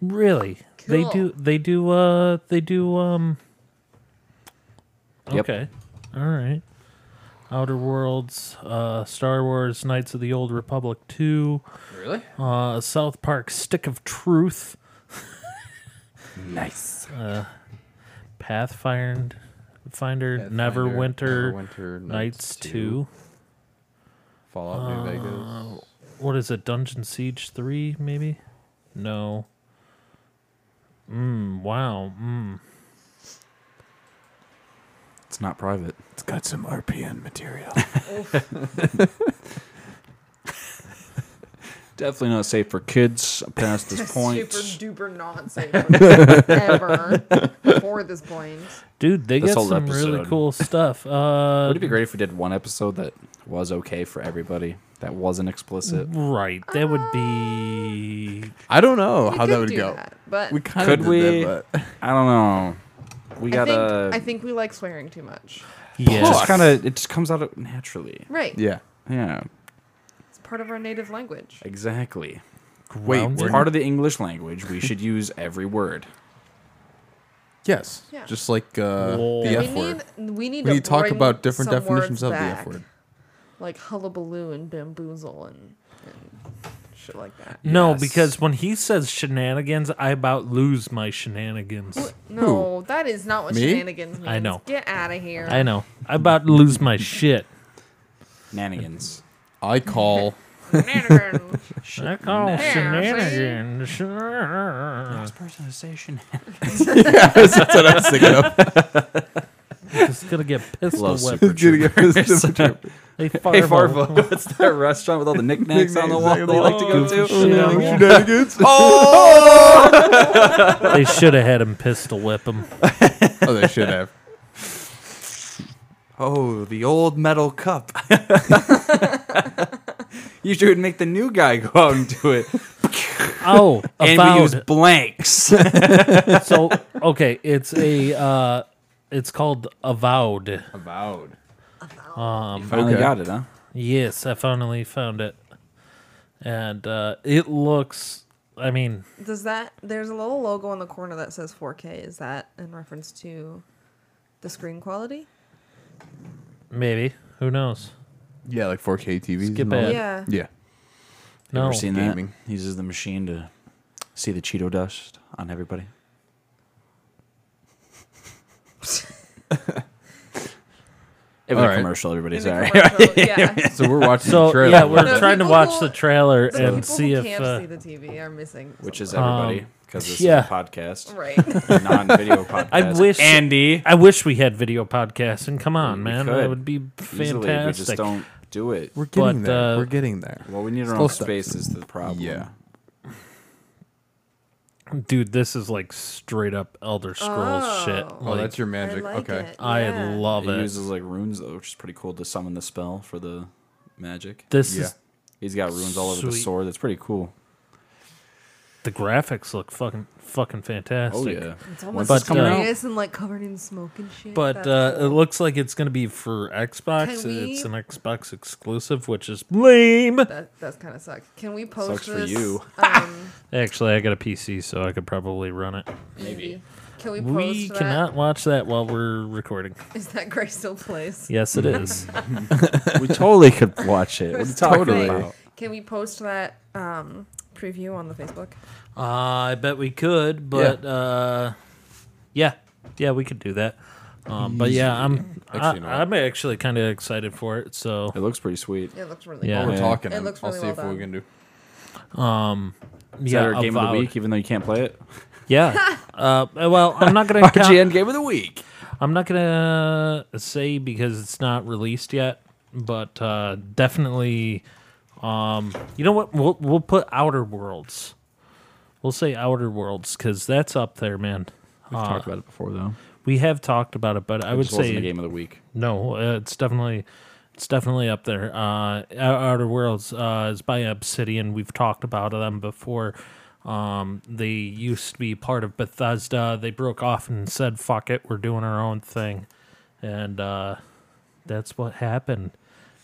Speaker 1: Really? They
Speaker 4: Cool.
Speaker 1: do they do uh they do um
Speaker 2: Yep.
Speaker 1: Okay. All right. Outer Worlds, uh Star Wars Knights of the Old Republic 2,
Speaker 5: Really?
Speaker 1: uh South Park Stick of Truth, Uh,
Speaker 2: Nice.
Speaker 1: Pathfinder Finder Neverwinter, Knights 2.
Speaker 5: Fallout
Speaker 1: Uh,
Speaker 5: New Vegas.
Speaker 1: What is it? Dungeon Siege 3 maybe? No. Mm, wow. Mm.
Speaker 2: It's not private.
Speaker 5: It's got some RPN material.
Speaker 2: Definitely not safe for kids past this point.
Speaker 4: Super duper not safe ever before this point.
Speaker 1: Dude, they
Speaker 2: This
Speaker 1: got
Speaker 2: whole
Speaker 1: some really
Speaker 2: episode.
Speaker 1: cool stuff. Uh,
Speaker 2: Would it be great if we did one episode that was okay for everybody, that wasn't explicit?
Speaker 1: Right. That would be.
Speaker 5: I don't know
Speaker 4: We
Speaker 5: how
Speaker 4: could
Speaker 5: that would
Speaker 4: do
Speaker 5: go.
Speaker 4: that, but
Speaker 5: We kind
Speaker 2: Could
Speaker 5: of did
Speaker 2: we?
Speaker 5: that, but
Speaker 2: I don't know. We
Speaker 4: I,
Speaker 2: got
Speaker 4: think,
Speaker 2: to
Speaker 4: I think we like swearing too much.
Speaker 2: It just
Speaker 1: Yes.
Speaker 2: kind of it just comes out naturally.
Speaker 4: Right.
Speaker 5: yeah.
Speaker 2: Yeah,
Speaker 4: It's part of our native language.
Speaker 2: exactly.
Speaker 5: Wait,
Speaker 1: Grounded.
Speaker 2: It's part of the English language. We should use every word.
Speaker 5: Yes.
Speaker 4: Yeah.
Speaker 5: Just like uh,
Speaker 1: Whoa.
Speaker 5: the
Speaker 1: Yeah,
Speaker 4: we
Speaker 5: F word.
Speaker 4: need we need
Speaker 5: We
Speaker 4: to
Speaker 5: need to talk
Speaker 4: bring
Speaker 5: about different
Speaker 4: some
Speaker 5: definitions
Speaker 4: words
Speaker 5: of the
Speaker 4: back,
Speaker 5: F word.
Speaker 4: like hullabaloo and bamboozle and, and shit like that.
Speaker 1: No,
Speaker 2: Yes.
Speaker 1: because when he says shenanigans, I about lose my shenanigans.
Speaker 4: No, that is not what
Speaker 5: Me?
Speaker 4: shenanigans means.
Speaker 1: I know.
Speaker 4: Get out of here.
Speaker 1: I know. I about lose my shit.
Speaker 2: Nanigans.
Speaker 5: I call.
Speaker 1: I call
Speaker 4: see?
Speaker 1: shenanigans.
Speaker 2: Personalization.
Speaker 5: That's what I was thinking of.
Speaker 1: Just gonna get pistol
Speaker 2: Love
Speaker 1: whipped.
Speaker 2: Super Troopers.
Speaker 1: Hey,
Speaker 2: Hey
Speaker 1: Farvo.
Speaker 2: Farvo, what's that restaurant with all the knickknacks on the wall
Speaker 5: Knickknacks,
Speaker 2: they like to go
Speaker 1: exactly.
Speaker 2: to?
Speaker 1: Yeah. They should have had him pistol whip him.
Speaker 5: Oh, they should have.
Speaker 2: Oh, the old metal cup. you should make the new guy go out and do it.
Speaker 1: Oh,
Speaker 2: and we use
Speaker 1: avowed.
Speaker 2: blanks.
Speaker 1: so okay, it's a. Uh, it's called avowed.
Speaker 5: Avowed.
Speaker 2: Finally
Speaker 5: Okay.
Speaker 2: got it, huh?
Speaker 1: Yes, I finally found it, and uh, it looks. I mean,
Speaker 3: Does that? There's a little logo in the corner that says 4K. Is that in reference to the screen quality?
Speaker 1: maybe who knows?
Speaker 5: Yeah, like 4K TVs.
Speaker 1: Skip
Speaker 5: and all
Speaker 1: ad.
Speaker 5: that.
Speaker 3: Yeah.
Speaker 5: Yeah.
Speaker 1: No,
Speaker 2: Ever seen
Speaker 5: Gaming.
Speaker 2: that? Uses the machine to see the Cheeto dust on everybody. it was
Speaker 5: All
Speaker 2: a
Speaker 5: right.
Speaker 2: commercial. Everybody,
Speaker 4: In the
Speaker 2: sorry.
Speaker 4: commercial, yeah.
Speaker 5: So we're watching
Speaker 1: So
Speaker 5: the trailer.
Speaker 1: yeah, we're
Speaker 4: The
Speaker 1: trying to
Speaker 4: people
Speaker 1: watch
Speaker 4: who-
Speaker 1: the trailer
Speaker 4: The people
Speaker 1: and see
Speaker 4: who
Speaker 1: if
Speaker 4: can't
Speaker 1: uh,
Speaker 4: see the TV are missing.
Speaker 2: Which is
Speaker 4: something.
Speaker 2: everybody
Speaker 1: Um,
Speaker 2: because this
Speaker 1: yeah.
Speaker 2: is a podcast,
Speaker 4: right.
Speaker 2: non-video podcast.
Speaker 1: I wish-
Speaker 2: Andy.
Speaker 1: I wish we had video podcasting. Come on,
Speaker 2: We
Speaker 1: man,
Speaker 2: could.
Speaker 1: that would be
Speaker 2: Easily, we just
Speaker 1: fantastic.
Speaker 2: don't do it.
Speaker 5: We're getting
Speaker 1: But,
Speaker 5: there.
Speaker 1: uh,
Speaker 5: we're getting there.
Speaker 2: Well, we need our
Speaker 5: Slow
Speaker 2: own
Speaker 5: steps.
Speaker 2: space. Is the problem?
Speaker 5: Yeah.
Speaker 1: Dude, this is like straight up Elder Scrolls shit.
Speaker 4: Oh.
Speaker 5: Oh,
Speaker 1: Like,
Speaker 5: that's your magic.
Speaker 3: I like
Speaker 5: okay.
Speaker 3: it.
Speaker 1: I
Speaker 3: yeah.
Speaker 1: love
Speaker 2: It
Speaker 1: it.
Speaker 2: uses like runes though, which is pretty cool to summon the spell for the magic.
Speaker 1: this
Speaker 5: Yeah.
Speaker 1: is
Speaker 2: He's got runes all over the
Speaker 1: Sweet.
Speaker 2: sword. That's pretty cool.
Speaker 1: the graphics look fucking fucking fantastic.
Speaker 2: Oh yeah.
Speaker 3: It's
Speaker 2: When's
Speaker 3: almost
Speaker 1: this
Speaker 3: but, uh,
Speaker 1: coming out?
Speaker 3: serious and like covered in smoke and shit.
Speaker 1: But
Speaker 3: That's
Speaker 1: uh, it
Speaker 3: cool.
Speaker 1: looks like it's going to be for Xbox.
Speaker 4: Can we-
Speaker 1: It's an Xbox exclusive, which is lame.
Speaker 4: That that's kind of sucks. Can we post
Speaker 2: Sucks for
Speaker 4: this?
Speaker 2: you.
Speaker 4: Um,
Speaker 1: Actually, I got a PC, so I could probably run it.
Speaker 4: maybe. Can we post
Speaker 1: We
Speaker 4: that?
Speaker 1: cannot watch that while we're recording.
Speaker 4: Is that gray still plays?
Speaker 1: Yes, it is.
Speaker 2: we totally could watch it. What are you talking
Speaker 5: Totally.
Speaker 2: about?
Speaker 4: Can we post that um, preview on the Facebook?
Speaker 1: uh, I bet we could, but uh, yeah, yeah, we could do that. Um, but yeah, I'm
Speaker 5: Actually, you know
Speaker 1: I,
Speaker 5: what?
Speaker 1: I'm actually kind of excited for it. So
Speaker 2: It looks pretty sweet.
Speaker 4: It looks really
Speaker 1: Yeah.
Speaker 5: While we're
Speaker 2: Yeah.
Speaker 5: talking.
Speaker 4: It
Speaker 5: I'm-
Speaker 4: looks
Speaker 5: I'll
Speaker 4: really
Speaker 5: see
Speaker 4: well
Speaker 5: if we
Speaker 4: done.
Speaker 5: can do.
Speaker 2: Is
Speaker 1: yeah,
Speaker 2: that our game of
Speaker 1: avowed.
Speaker 2: the week, even though you can't play it?
Speaker 1: Yeah. uh, well, I'm not gonna count-
Speaker 2: RGN game of the week.
Speaker 1: I'm not gonna uh, say because it's not released yet, but uh, definitely. Um, you know what? We'll we'll put Outer Worlds. We'll say Outer Worlds because that's up there, man.
Speaker 2: We've talked about it before though.
Speaker 1: We have talked about it, but Uh, I
Speaker 2: It
Speaker 1: would
Speaker 2: just wasn't the
Speaker 1: say
Speaker 2: game of the week.
Speaker 1: no. Uh, it's definitely it's definitely up there. Uh, Ou- Outer Worlds uh, is by Obsidian. We've talked about them before. Um, they used to be part of Bethesda. They broke off and said, "Fuck it, we're doing our own thing," and uh, that's what happened.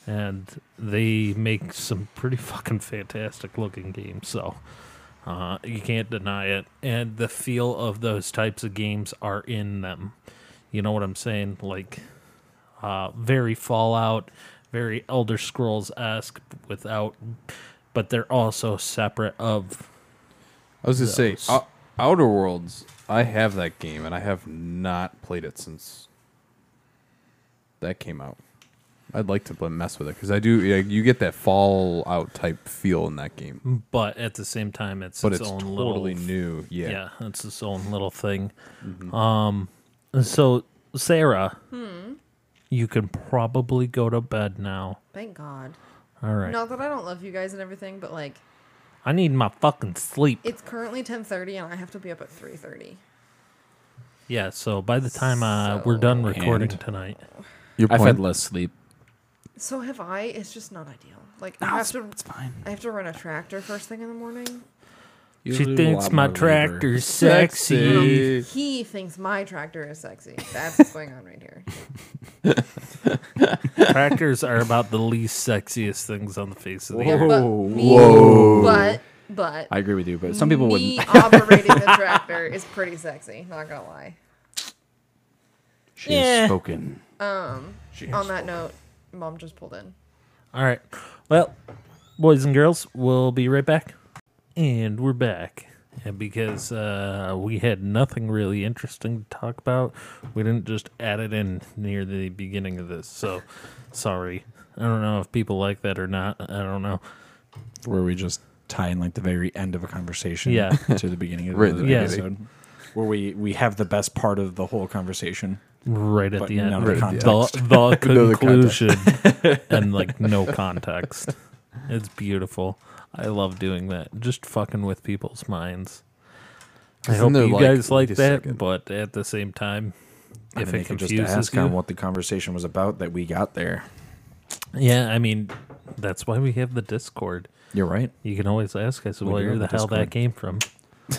Speaker 1: And they make some pretty fucking fantastic looking games. So. Uh, you can't deny it. And the feel of those types of games are in them. You know what I'm saying? Like, uh, very Fallout, very Elder Scrolls esque, without, but they're also separate of.
Speaker 5: I was gonna say
Speaker 1: Those.
Speaker 5: Ou- Outer Worlds. I have that game, and I have not played it since that came out. I'd like to bl- mess with it because I do. Yeah, you get that Fallout type feel in that game,
Speaker 1: but at the same time, it's
Speaker 5: but
Speaker 1: its,
Speaker 5: it's,
Speaker 1: own
Speaker 5: totally
Speaker 1: little
Speaker 5: new. Yeah. Mm-hmm.
Speaker 1: yeah, it's its own little thing. Um, so Sarah, you can probably go to bed now.
Speaker 4: Thank God.
Speaker 1: All right,
Speaker 4: Not that I don't love you guys and everything, but like
Speaker 1: I need my fucking sleep.
Speaker 4: it's currently 10:30 and I have to be up at 3:30.
Speaker 1: yeah, so by the time uh, we're done recording
Speaker 2: And-
Speaker 1: tonight,
Speaker 5: Your
Speaker 2: I've
Speaker 5: point.
Speaker 2: had less sleep.
Speaker 4: So have I. It's just not ideal. Like
Speaker 2: No,
Speaker 4: I have
Speaker 2: it's,
Speaker 4: to
Speaker 2: it's fine.
Speaker 4: I have to run a tractor first thing in the morning.
Speaker 2: You do
Speaker 1: she
Speaker 2: a
Speaker 1: thinks
Speaker 2: lot
Speaker 1: my
Speaker 2: more labor.
Speaker 1: tractor's sexy.
Speaker 4: Um, He thinks my tractor is sexy. That's what's going on right here.
Speaker 1: Tractors are about the least sexiest things on the face of the
Speaker 4: Yeah,
Speaker 1: earth.
Speaker 4: but
Speaker 2: Whoa,
Speaker 4: me- But but
Speaker 2: I agree with you, but some people
Speaker 4: me
Speaker 2: wouldn't.
Speaker 4: operating the tractor is pretty sexy. Not gonna lie.
Speaker 2: She has spoken.
Speaker 4: On that note, mom just pulled in.
Speaker 1: All right, well, boys and girls, we'll be right back, and we're back. And because uh, we had nothing really interesting to talk about, we didn't just add it in near the beginning of this. So, sorry. I don't know if people like that or not. I don't know.
Speaker 2: Where we just tie in like the very end of a conversation
Speaker 1: Yeah.
Speaker 2: to the beginning of
Speaker 5: Right at
Speaker 2: the
Speaker 5: the
Speaker 1: Yeah.
Speaker 2: episode. Where we, we have the best part of the whole conversation.
Speaker 1: Right at
Speaker 2: But
Speaker 1: the end,
Speaker 2: none of the
Speaker 1: right at
Speaker 2: context.
Speaker 1: the, the
Speaker 5: No, the
Speaker 1: conclusion, and like no context. It's beautiful. I love doing that. Just fucking with people's minds. I
Speaker 5: Isn't
Speaker 1: hope
Speaker 5: there,
Speaker 1: you
Speaker 5: like-
Speaker 1: guys like
Speaker 5: wait a
Speaker 1: that,
Speaker 5: second.
Speaker 1: but at the same time,
Speaker 2: I
Speaker 1: if
Speaker 2: mean,
Speaker 1: it
Speaker 2: they could
Speaker 1: confuses
Speaker 2: just ask
Speaker 1: you,
Speaker 2: on what the conversation was about that we got there.
Speaker 1: yeah, I mean, that's why we have the Discord.
Speaker 2: You're right.
Speaker 1: You can always ask us
Speaker 2: We do
Speaker 1: where
Speaker 2: have
Speaker 1: the
Speaker 2: a
Speaker 1: hell that
Speaker 2: Discord.
Speaker 1: came from.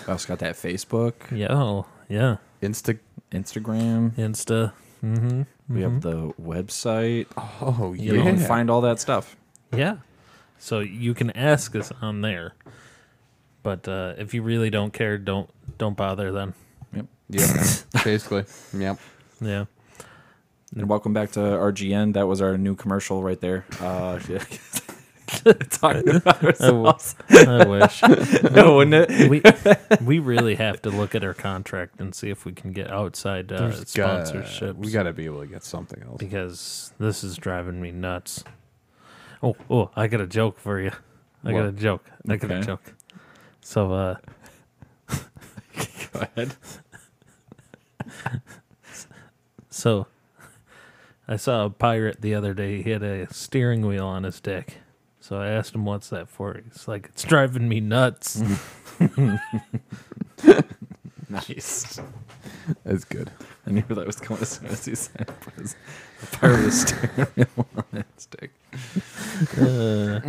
Speaker 2: I also got that Facebook,
Speaker 1: Yeah, oh, yeah,
Speaker 5: Insta.
Speaker 2: Instagram.
Speaker 1: Insta. Mm-hmm.
Speaker 2: We have the website.
Speaker 5: Oh
Speaker 2: You
Speaker 5: yeah.
Speaker 2: know, and find all that stuff.
Speaker 1: Yeah. So you can ask us on there. But uh, if you really don't care, don't don't bother then.
Speaker 5: Yep. Basically. Yep.
Speaker 1: Yeah.
Speaker 2: And welcome back to RGN. That was our new commercial right there. Uh, talking about ourselves.
Speaker 1: I wish.
Speaker 2: no, wouldn't it?
Speaker 1: we we really have to look at our contract and see if we can get outside uh,
Speaker 5: There's gotta-
Speaker 1: sponsorships
Speaker 5: We got to be able to get something else.
Speaker 1: because this is driving me nuts. Oh, oh, I got a joke for you. I got
Speaker 5: What?
Speaker 1: a joke. I got a
Speaker 2: Okay.
Speaker 1: joke. So uh
Speaker 2: Go ahead.
Speaker 1: So I saw a pirate the other day. He had a steering wheel on his deck. So I asked him, What's that for? He's like, It's driving me nuts.
Speaker 2: Nice.
Speaker 5: That's good.
Speaker 2: I knew that was coming as soon as he said it was the pirate was staring at one on that stick.
Speaker 1: Uh,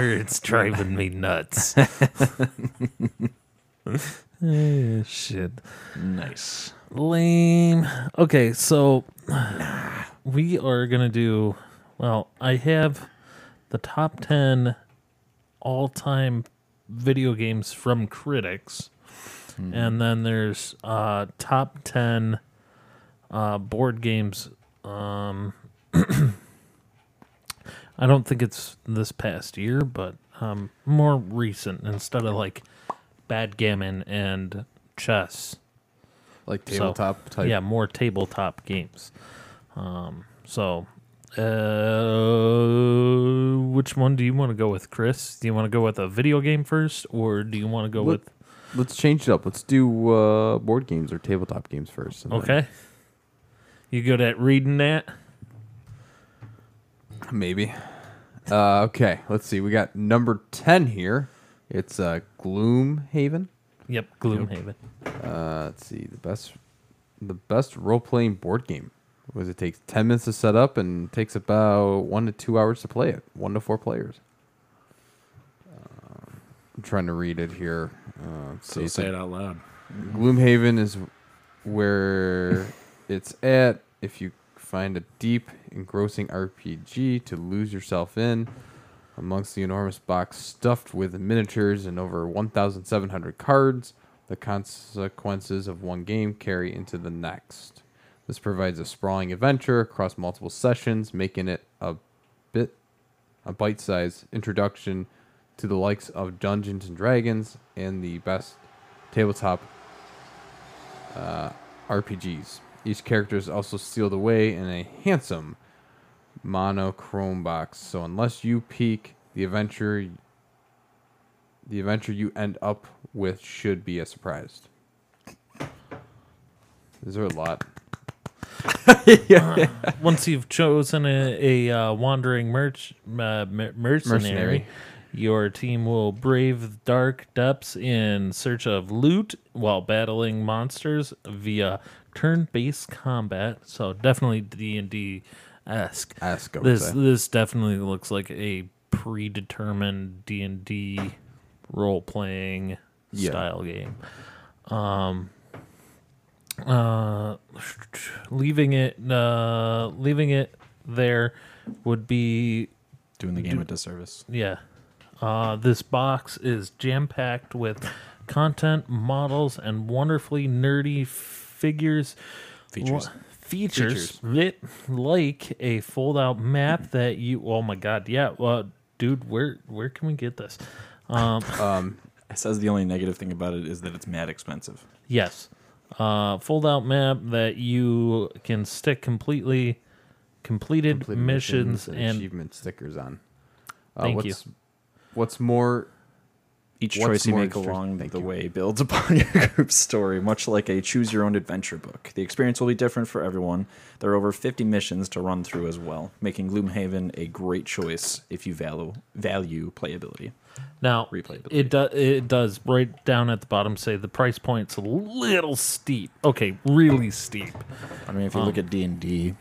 Speaker 1: it's driving me nuts. Eh, Shit.
Speaker 2: Nice.
Speaker 1: Lame. Okay, so we are going to do. Well, I have the top 10 all time video games from critics. And then there's uh, top 10 uh, board games. Um, I don't think it's this past year, but um, more recent instead of like Badgammon and chess
Speaker 5: Like
Speaker 1: So,
Speaker 5: tabletop type.
Speaker 1: yeah more tabletop games um so uh which one do you want to go with chris do you want to go with a video game first or do you want to go
Speaker 5: Let-
Speaker 1: with
Speaker 5: Let's change it up. Let's do uh, board games or tabletop games first. and then-
Speaker 1: okay you good at reading that
Speaker 5: Maybe. Uh, okay. Let's see. We got number ten here. It's uh, Gloomhaven.
Speaker 1: yep gloomhaven
Speaker 5: Uh, let's see the best the best role playing board game was it takes 10 minutes to set up and takes about 1 to 2 hours to play it 1 to 4 players Um, I'm trying to read it here uh, let's see.
Speaker 2: So say it out loud.
Speaker 5: Gloomhaven is where it's at if you find a deep, engrossing RPG to lose yourself in amongst the enormous box stuffed with miniatures and over 1,700 cards. The consequences of one game carry into the next. This provides a sprawling adventure across multiple sessions, making it a bit a bite-sized introduction to the likes of Dungeons and Dragons and the best tabletop uh, RPGs. Each character is also sealed away in a handsome monochrome box. So unless you peak, the adventure the adventure you end up with should be a surprise. Is there a lot?
Speaker 1: Once you've chosen a, a uh, wandering merch, uh, mer- mercenary,
Speaker 5: Mercenary.
Speaker 1: your team will brave dark depths in search of loot while battling monsters via turn-based combat. So definitely D and D esque.
Speaker 5: Ask over
Speaker 1: This this definitely looks like a predetermined D and D role playing
Speaker 5: Yeah.
Speaker 1: style game. Um, uh, leaving it uh, leaving it there would be
Speaker 2: Doing the game a disservice.
Speaker 1: yeah. Uh, this box is jam packed with content, models, and wonderfully nerdy figures.
Speaker 2: Features.
Speaker 1: Wha- features that like a fold out map that you. Oh my god! Yeah. Well, dude, where where can we get this? Um,
Speaker 2: It says the only negative thing about it is that it's mad expensive.
Speaker 1: Yes. Uh, fold out map that you can stick completely completed,
Speaker 5: completed
Speaker 1: missions, and
Speaker 5: achievement stickers on. Uh,
Speaker 1: Thank you.
Speaker 5: what's, What's more,
Speaker 2: Each
Speaker 5: What's
Speaker 2: choice you
Speaker 5: more
Speaker 2: make
Speaker 5: interest-
Speaker 2: along
Speaker 5: Thank
Speaker 2: the
Speaker 5: you.
Speaker 2: way builds upon your group's story, much like a choose your own adventure book. The experience will be different for everyone. There are over 50 missions to run through as well, making Gloomhaven a great choice if you value value playability.
Speaker 1: now
Speaker 2: replayability.
Speaker 1: it does it does right down at the bottom say the price point's a little steep. Okay, really steep.
Speaker 2: I mean, if you look at D&D,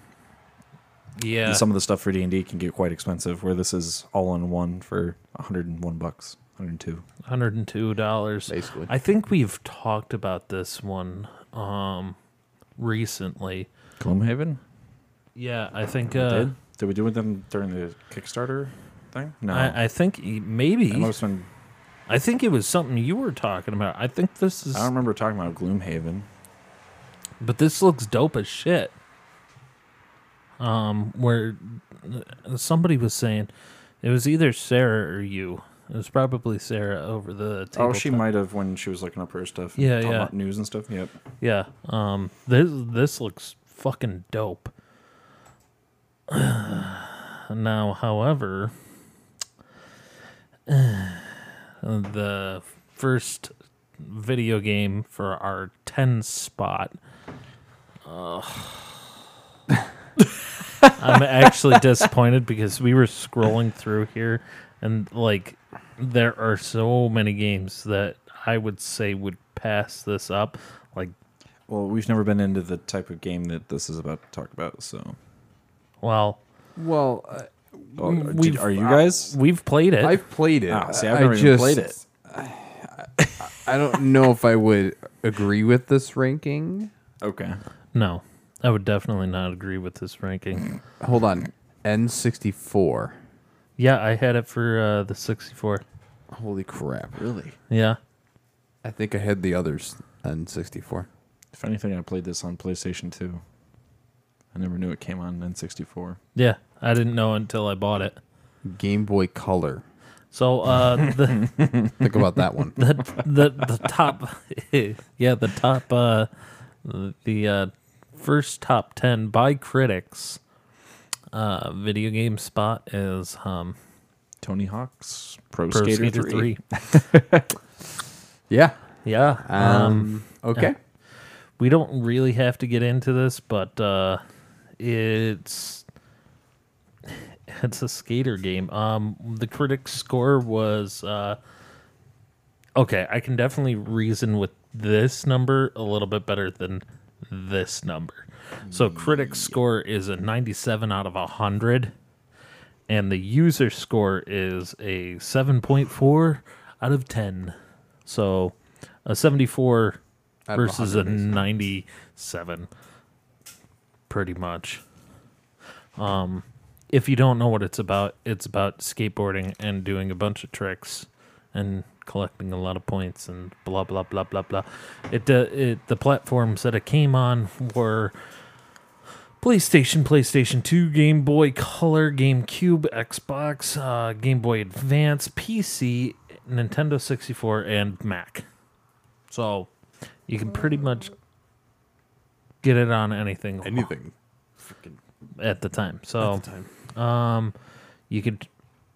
Speaker 1: Yeah.
Speaker 2: some of the stuff for D&D can get quite expensive where this is all in one for 101 bucks, 102.
Speaker 1: hundred and two dollars.
Speaker 5: Basically.
Speaker 1: I think we've talked about this one um recently.
Speaker 2: Gloomhaven?
Speaker 1: Yeah, I think uh,
Speaker 2: did? Did we do with them during the Kickstarter thing? No.
Speaker 1: I, I think e- maybe
Speaker 2: That must have been-
Speaker 1: I think it was something you were talking about. I think this is
Speaker 2: I don't remember talking about Gloomhaven.
Speaker 1: But this looks dope as shit. Um, where uh, somebody was saying it was either Sarah or you. It was probably Sarah over the table.
Speaker 2: Oh, she might have when she was looking up her stuff.
Speaker 1: Yeah,
Speaker 2: talking
Speaker 1: yeah.
Speaker 2: About news and stuff. Yep.
Speaker 1: Yeah. Um. This this looks fucking dope. now, however, the first video game for our ten spot. Ugh. I'm actually disappointed because we were scrolling through here and like there are so many games that I would say would pass this up. Like
Speaker 2: Well, we've never been into the type of game that this is about to talk about. So,
Speaker 1: Well,
Speaker 5: well, uh,
Speaker 2: Well,
Speaker 1: Mm,
Speaker 2: did-
Speaker 1: we've- uh,
Speaker 2: are you guys?
Speaker 1: we've played it.
Speaker 5: I've played it.
Speaker 2: Ah, see,
Speaker 5: I-
Speaker 2: I've
Speaker 5: I
Speaker 2: never even
Speaker 5: just-
Speaker 2: played it.
Speaker 5: I don't know if I would agree with this ranking.
Speaker 2: Okay.
Speaker 1: no, I would definitely not agree with this ranking.
Speaker 5: Hold on, N64.
Speaker 1: yeah, I had it for uh, the 64.
Speaker 5: Holy crap! Really?
Speaker 1: Yeah.
Speaker 5: I think I had the others. N64.
Speaker 2: If anything, I played this on PlayStation 2. I never knew it came on N64.
Speaker 1: Yeah. I didn't know until I bought it.
Speaker 5: Game Boy Color.
Speaker 1: So uh, the,
Speaker 5: Think about that one.
Speaker 1: the the the top, yeah, the top, uh, the uh, first top ten by critics, uh, video game spot is um,
Speaker 2: Tony Hawk's Pro,
Speaker 1: Pro
Speaker 2: Skater,
Speaker 1: Skater
Speaker 2: 3.
Speaker 1: Three.
Speaker 5: Yeah.
Speaker 1: Yeah.
Speaker 5: Um. okay.
Speaker 1: we don't really have to get into this, but uh, it's it's a skater game. Um, the critic score was uh, okay. I can definitely reason with this number a little bit better than this number. So critic score is a ninety-seven out of hundred, and the user score is a seven point four out of ten. So a seventy-four
Speaker 5: Out of
Speaker 1: versus a
Speaker 5: 100 basically.
Speaker 1: 97 pretty much um if you don't know what it's about it's about skateboarding and doing a bunch of tricks and collecting a lot of points and blah blah blah blah blah it, uh, it the platforms that it came on were PlayStation, PlayStation 2, Game Boy Color, GameCube, Xbox, uh, Game Boy Advance, PC, Nintendo 64, and Mac. So you can pretty much get it on anything
Speaker 5: Anything.
Speaker 1: at the time. So Um, you could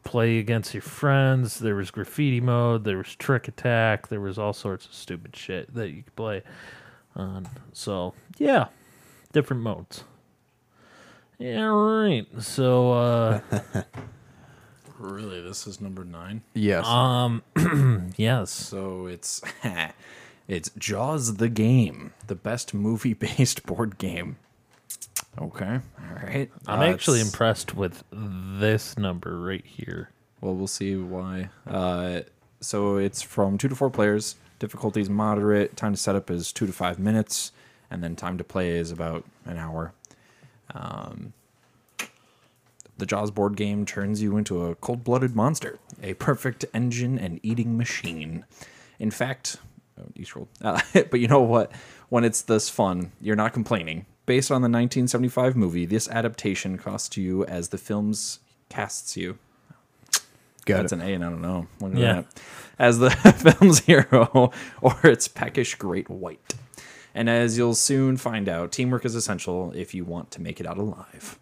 Speaker 1: play against your friends. There was graffiti mode. There was trick attack. There was all sorts of stupid shit that you could play on. So yeah, different modes. Yeah, right. So uh,
Speaker 6: Really, this is number nine.
Speaker 5: Yes.
Speaker 1: yes,
Speaker 6: So it's it's Jaws the game, the best movie-based board game. Okay, all right.
Speaker 1: I'm
Speaker 6: Uh,
Speaker 1: actually
Speaker 6: it's-
Speaker 1: impressed with this number right here.
Speaker 2: Well, we'll see why. Uh, so it's from two to four players. Difficulty is moderate. Time to set up is two to five minutes, and then time to play is about an hour. Um, the Jaws board game turns you into a cold blooded monster, a perfect engine and eating machine. In fact, oh, each roll. Uh, but you know what? When it's this fun, you're not complaining. Based on the 1975 movie, this adaptation costs you as the film's casts you.
Speaker 5: Got
Speaker 2: That's
Speaker 5: it.
Speaker 2: an A, and I don't know. Look at
Speaker 1: Yeah.
Speaker 2: that. As the film's hero or its peckish great white. And as you'll soon find out, teamwork is essential if you want to make it out alive.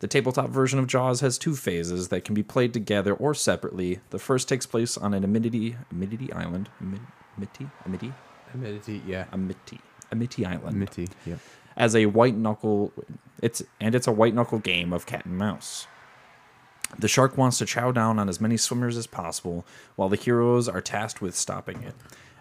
Speaker 2: The tabletop version of Jaws has two phases that can be played together or separately. The first takes place on an amidity, amidity island. Amid, amidity? Amidity?
Speaker 5: Amity, yeah.
Speaker 2: Amidity. Amidity island
Speaker 5: Amity, yeah.
Speaker 2: as a white knuckle it's and it's a white knuckle game of cat and mouse. The shark wants to chow down on as many swimmers as possible, while the heroes are tasked with stopping it.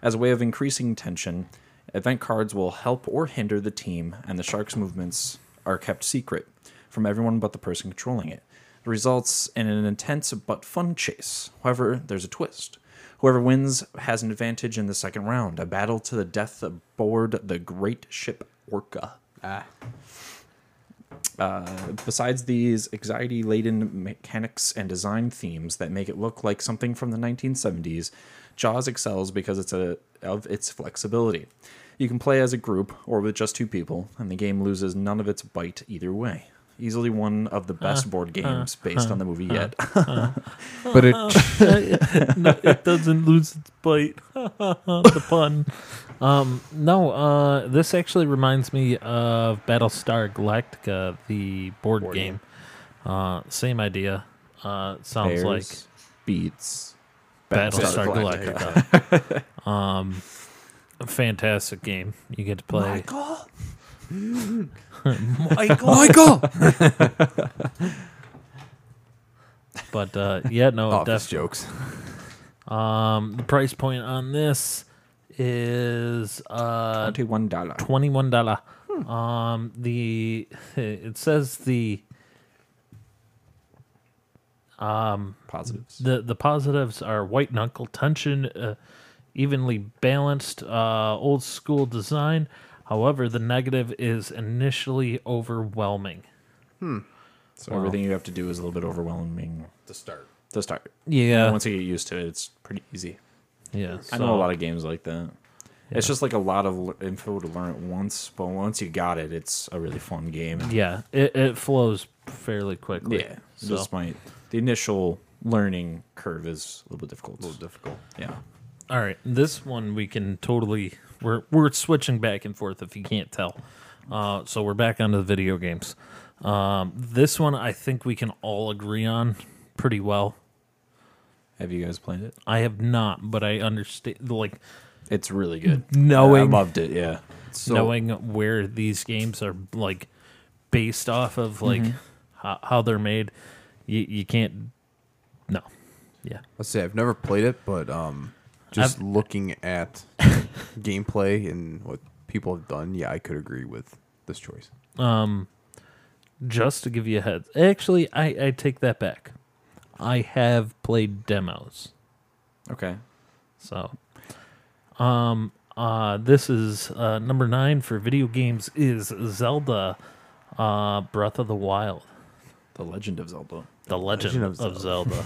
Speaker 2: As a way of increasing tension, event cards will help or hinder the team, and the shark's movements are kept secret from everyone but the person controlling it. It results in an intense but fun chase. However, there's a twist. Whoever wins has an advantage in the second round, a battle to the death aboard the great ship Orca. Uh, besides these anxiety laden mechanics and design themes that make it look like something from the 1970s, Jaws excels because it's a, of its flexibility. You can play as a group or with just two people, and the game loses none of its bite either way. Easily one of the best board games based on the movie yet.
Speaker 5: But it
Speaker 1: no, it doesn't lose its bite. the pun. Um, no, uh, this actually reminds me of Battlestar Galactica, the board, game. Uh, same idea. Uh, it sounds like
Speaker 2: Bears beats
Speaker 1: Battlestar
Speaker 2: Battlestar
Speaker 1: Galactica. um, fantastic game. You get to play.
Speaker 2: Michael.
Speaker 5: Michael.
Speaker 1: But uh, yeah, no,
Speaker 5: Office
Speaker 1: definitely.
Speaker 5: Oh, jokes.
Speaker 1: Um, the price point on this is uh,
Speaker 2: Twenty-one dollar.
Speaker 1: twenty-one dollar.
Speaker 2: Hmm.
Speaker 1: Um, the it says the
Speaker 2: Positives.
Speaker 1: the the positives are white knuckle tension, uh, evenly balanced, uh, old school design. However, the negative is initially overwhelming.
Speaker 2: So everything you have to do is a little bit overwhelming
Speaker 5: To start.
Speaker 2: to start.
Speaker 1: Yeah,
Speaker 2: And once you get used to it, it's pretty easy.
Speaker 1: yeah.
Speaker 2: I know a lot of games like that. It's just like a lot of l- info to learn at once, but once you got it, it's a really fun game.
Speaker 1: yeah, it, it flows fairly quickly.
Speaker 2: Yeah,
Speaker 1: so
Speaker 2: just my the initial learning curve is a little bit difficult.
Speaker 5: A little difficult.
Speaker 2: yeah,
Speaker 1: All right, this one we can totally we're we're switching back and forth if you can't tell. Uh, so we're back onto the video games. Um, this one I think we can all agree on pretty well.
Speaker 2: have you guys played it?
Speaker 1: I have not, but I understand like
Speaker 2: It's really good. I
Speaker 1: knowing
Speaker 2: loved it. Yeah,
Speaker 1: knowing where these games are like based off of like how, how they're made. You you can't no. Yeah.
Speaker 5: Let's say I've never played it, but um, just looking at gameplay and what people have done, yeah, I could agree with this choice.
Speaker 1: just to give you a heads. Actually, I, I take that back. I have played demos.
Speaker 2: okay.
Speaker 1: So, um, uh, this is uh, number nine for video games is Zelda, uh, Breath of the Wild,
Speaker 2: The Legend of Zelda.
Speaker 1: the Legend,
Speaker 5: Legend
Speaker 1: of,
Speaker 5: of
Speaker 1: Zelda.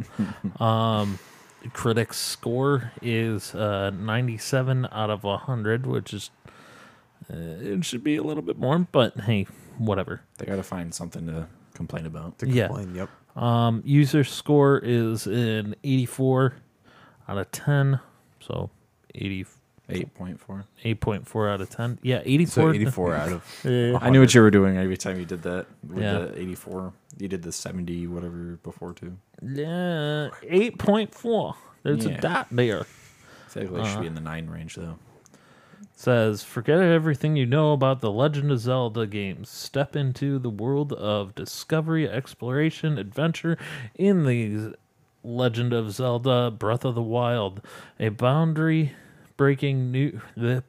Speaker 1: um, critics score is uh, ninety-seven out of hundred, which is uh, it should be a little bit more, but hey, whatever.
Speaker 2: They got to find something to complain about.
Speaker 5: To
Speaker 1: Yeah.
Speaker 5: complain, Yep.
Speaker 1: Um, user score is an 84 out of 10, so 80,
Speaker 2: Eight point four.
Speaker 1: 8.4 out of 10. Yeah,
Speaker 5: So
Speaker 1: 84.
Speaker 5: 84 out of.
Speaker 1: Yeah.
Speaker 2: I knew what you were doing every time you did that with
Speaker 1: Yeah.
Speaker 2: the eighty four. You did the seventy whatever before too.
Speaker 1: Yeah, 8.4. There's
Speaker 2: Yeah.
Speaker 1: a dot there.
Speaker 2: Technically, it should be in the nine range though.
Speaker 1: says, forget everything you know about the Legend of Zelda games. Step into the world of discovery, exploration, adventure in the Legend of Zelda Breath of the Wild. A boundary breaking new the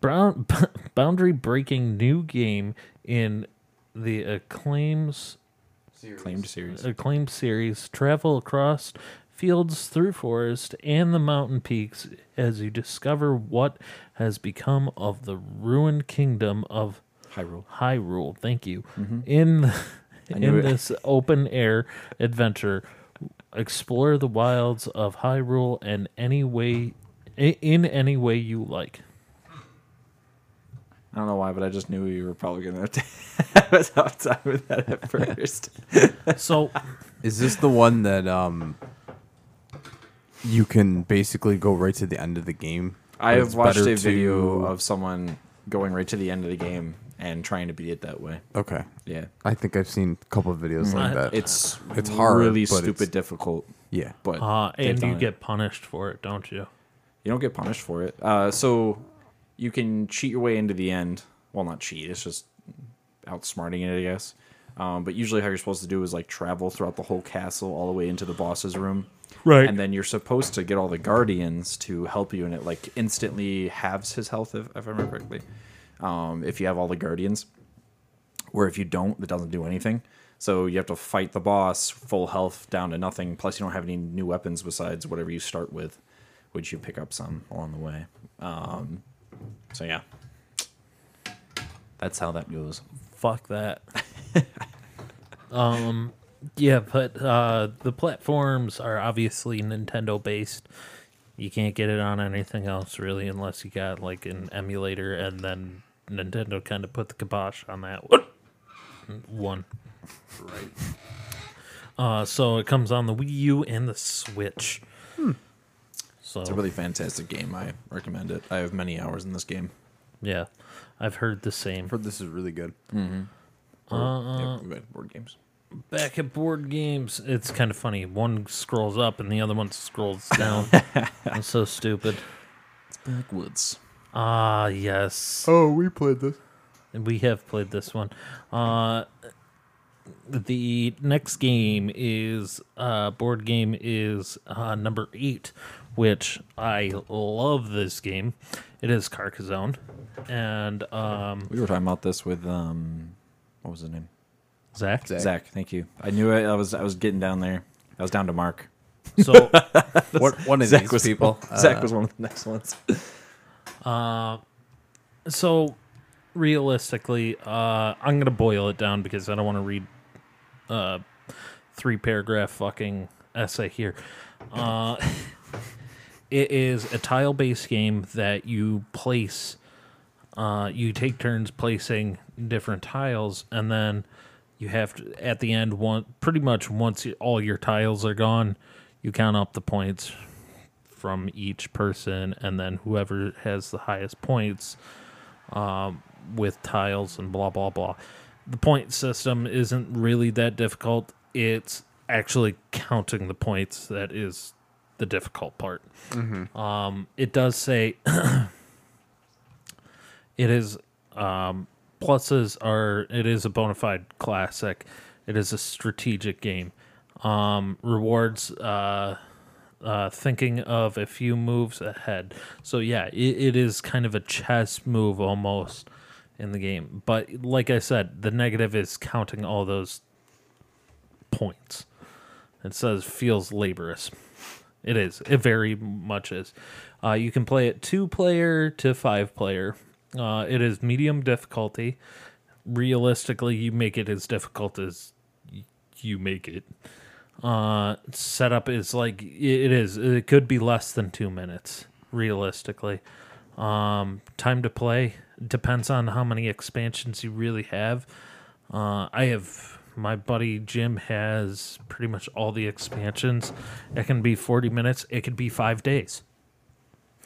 Speaker 1: brown boundary breaking new game in the acclaims
Speaker 2: Claimed series.
Speaker 1: acclaimed series travel across fields through forest and the mountain peaks as you discover what has become of the ruined kingdom of
Speaker 2: Hyrule. Mm-hmm.
Speaker 1: Hyrule. Thank you. In the- in
Speaker 2: knew it.
Speaker 1: this open air adventure, explore the wilds of Hyrule and any way i- in any way you like.
Speaker 2: I don't know why, but I just knew you were probably gonna have to have a tough time with that at first.
Speaker 1: So
Speaker 5: Is this the one that um you can basically go right to the end of the game?
Speaker 2: I
Speaker 5: But
Speaker 2: have
Speaker 5: it's
Speaker 2: watched
Speaker 5: better
Speaker 2: a video
Speaker 5: to-
Speaker 2: of someone going right to the end of the game and trying to beat it that way.
Speaker 5: Okay.
Speaker 2: Yeah.
Speaker 5: I think I've seen a couple of videos like
Speaker 1: Mhm.
Speaker 5: that.
Speaker 2: It's
Speaker 5: It's hard,
Speaker 2: really
Speaker 5: but
Speaker 2: stupid
Speaker 5: it's-
Speaker 2: difficult,
Speaker 5: yeah.
Speaker 2: but
Speaker 1: uh,
Speaker 2: they've
Speaker 1: and
Speaker 2: done
Speaker 1: you
Speaker 2: it.
Speaker 1: get punished for it, don't you?
Speaker 2: you don't get punished for it. Uh, so you can cheat your way into the end. Well, not cheat. It's just outsmarting it, I guess. Um, but usually, how you're supposed to do is like travel throughout the whole castle, all the way into the boss's room,
Speaker 1: Right.
Speaker 2: And then you're supposed to get all the guardians to help you, and it like instantly halves his health, if, if I remember correctly. Um, if you have all the guardians, where if you don't, it doesn't do anything. So you have to fight the boss full health down to nothing. Plus, you don't have any new weapons besides whatever you start with, which you pick up some along the way. Um, so yeah, that's how that goes.
Speaker 1: fuck that. um, yeah, but uh, the platforms are obviously Nintendo based. You can't get it on anything else really, unless you got like an emulator, and then Nintendo kind of put the kibosh on that one. One. Right. Uh, so it comes on the Wii U and the Switch. So
Speaker 2: Hmm. It's a really fantastic game. I recommend it. I have many hours in this game.
Speaker 1: yeah, I've heard the same.
Speaker 5: Heard this is really good.
Speaker 2: Uh, board games.
Speaker 1: back at board games it's kind of funny one scrolls up and the other one scrolls down i'm so stupid
Speaker 2: Backwoods.
Speaker 1: ah yes
Speaker 5: Oh, we played this.
Speaker 1: we have played this one uh the next game is uh board game is uh number eight which i love this game it is carcassonne and um
Speaker 2: We were talking about this with um, what was his name?
Speaker 1: zach,
Speaker 2: Zach. Thank you. I knew I, I was. I was getting down there. I was down to Mark.
Speaker 1: so
Speaker 5: What, one of
Speaker 2: Zach
Speaker 5: these
Speaker 2: was
Speaker 5: people. Uh,
Speaker 2: Zach was one of the next ones.
Speaker 1: so realistically uh i'm gonna boil it down because i don't want to read uh three paragraph fucking essay here uh it is a tile based game that you place uh you take turns placing different tiles and then you have to at the end one pretty much once you- all your tiles are gone you count up the points from each person and then whoever has the highest points with tiles and blah blah blah. The point system isn't really that difficult. It's actually counting the points that is the difficult part. Um, it does say it is um, pluses are it is a bona fide classic. It is a strategic game. Um, rewards uh, uh, thinking of a few moves ahead. So yeah, it, it is kind of a chess move almost in the game. But like I said, the negative is counting all those points. It says feels laborious. It is. It very much is. Uh, you can play it two player to five player. Uh, it is medium difficulty. Realistically, you make it as difficult as y- you make it uh setup is like i- it is it could be less than two minutes realistically um time to play depends on how many expansions you really have uh i have my buddy jim has pretty much all the expansions it can be 40 minutes it could be five days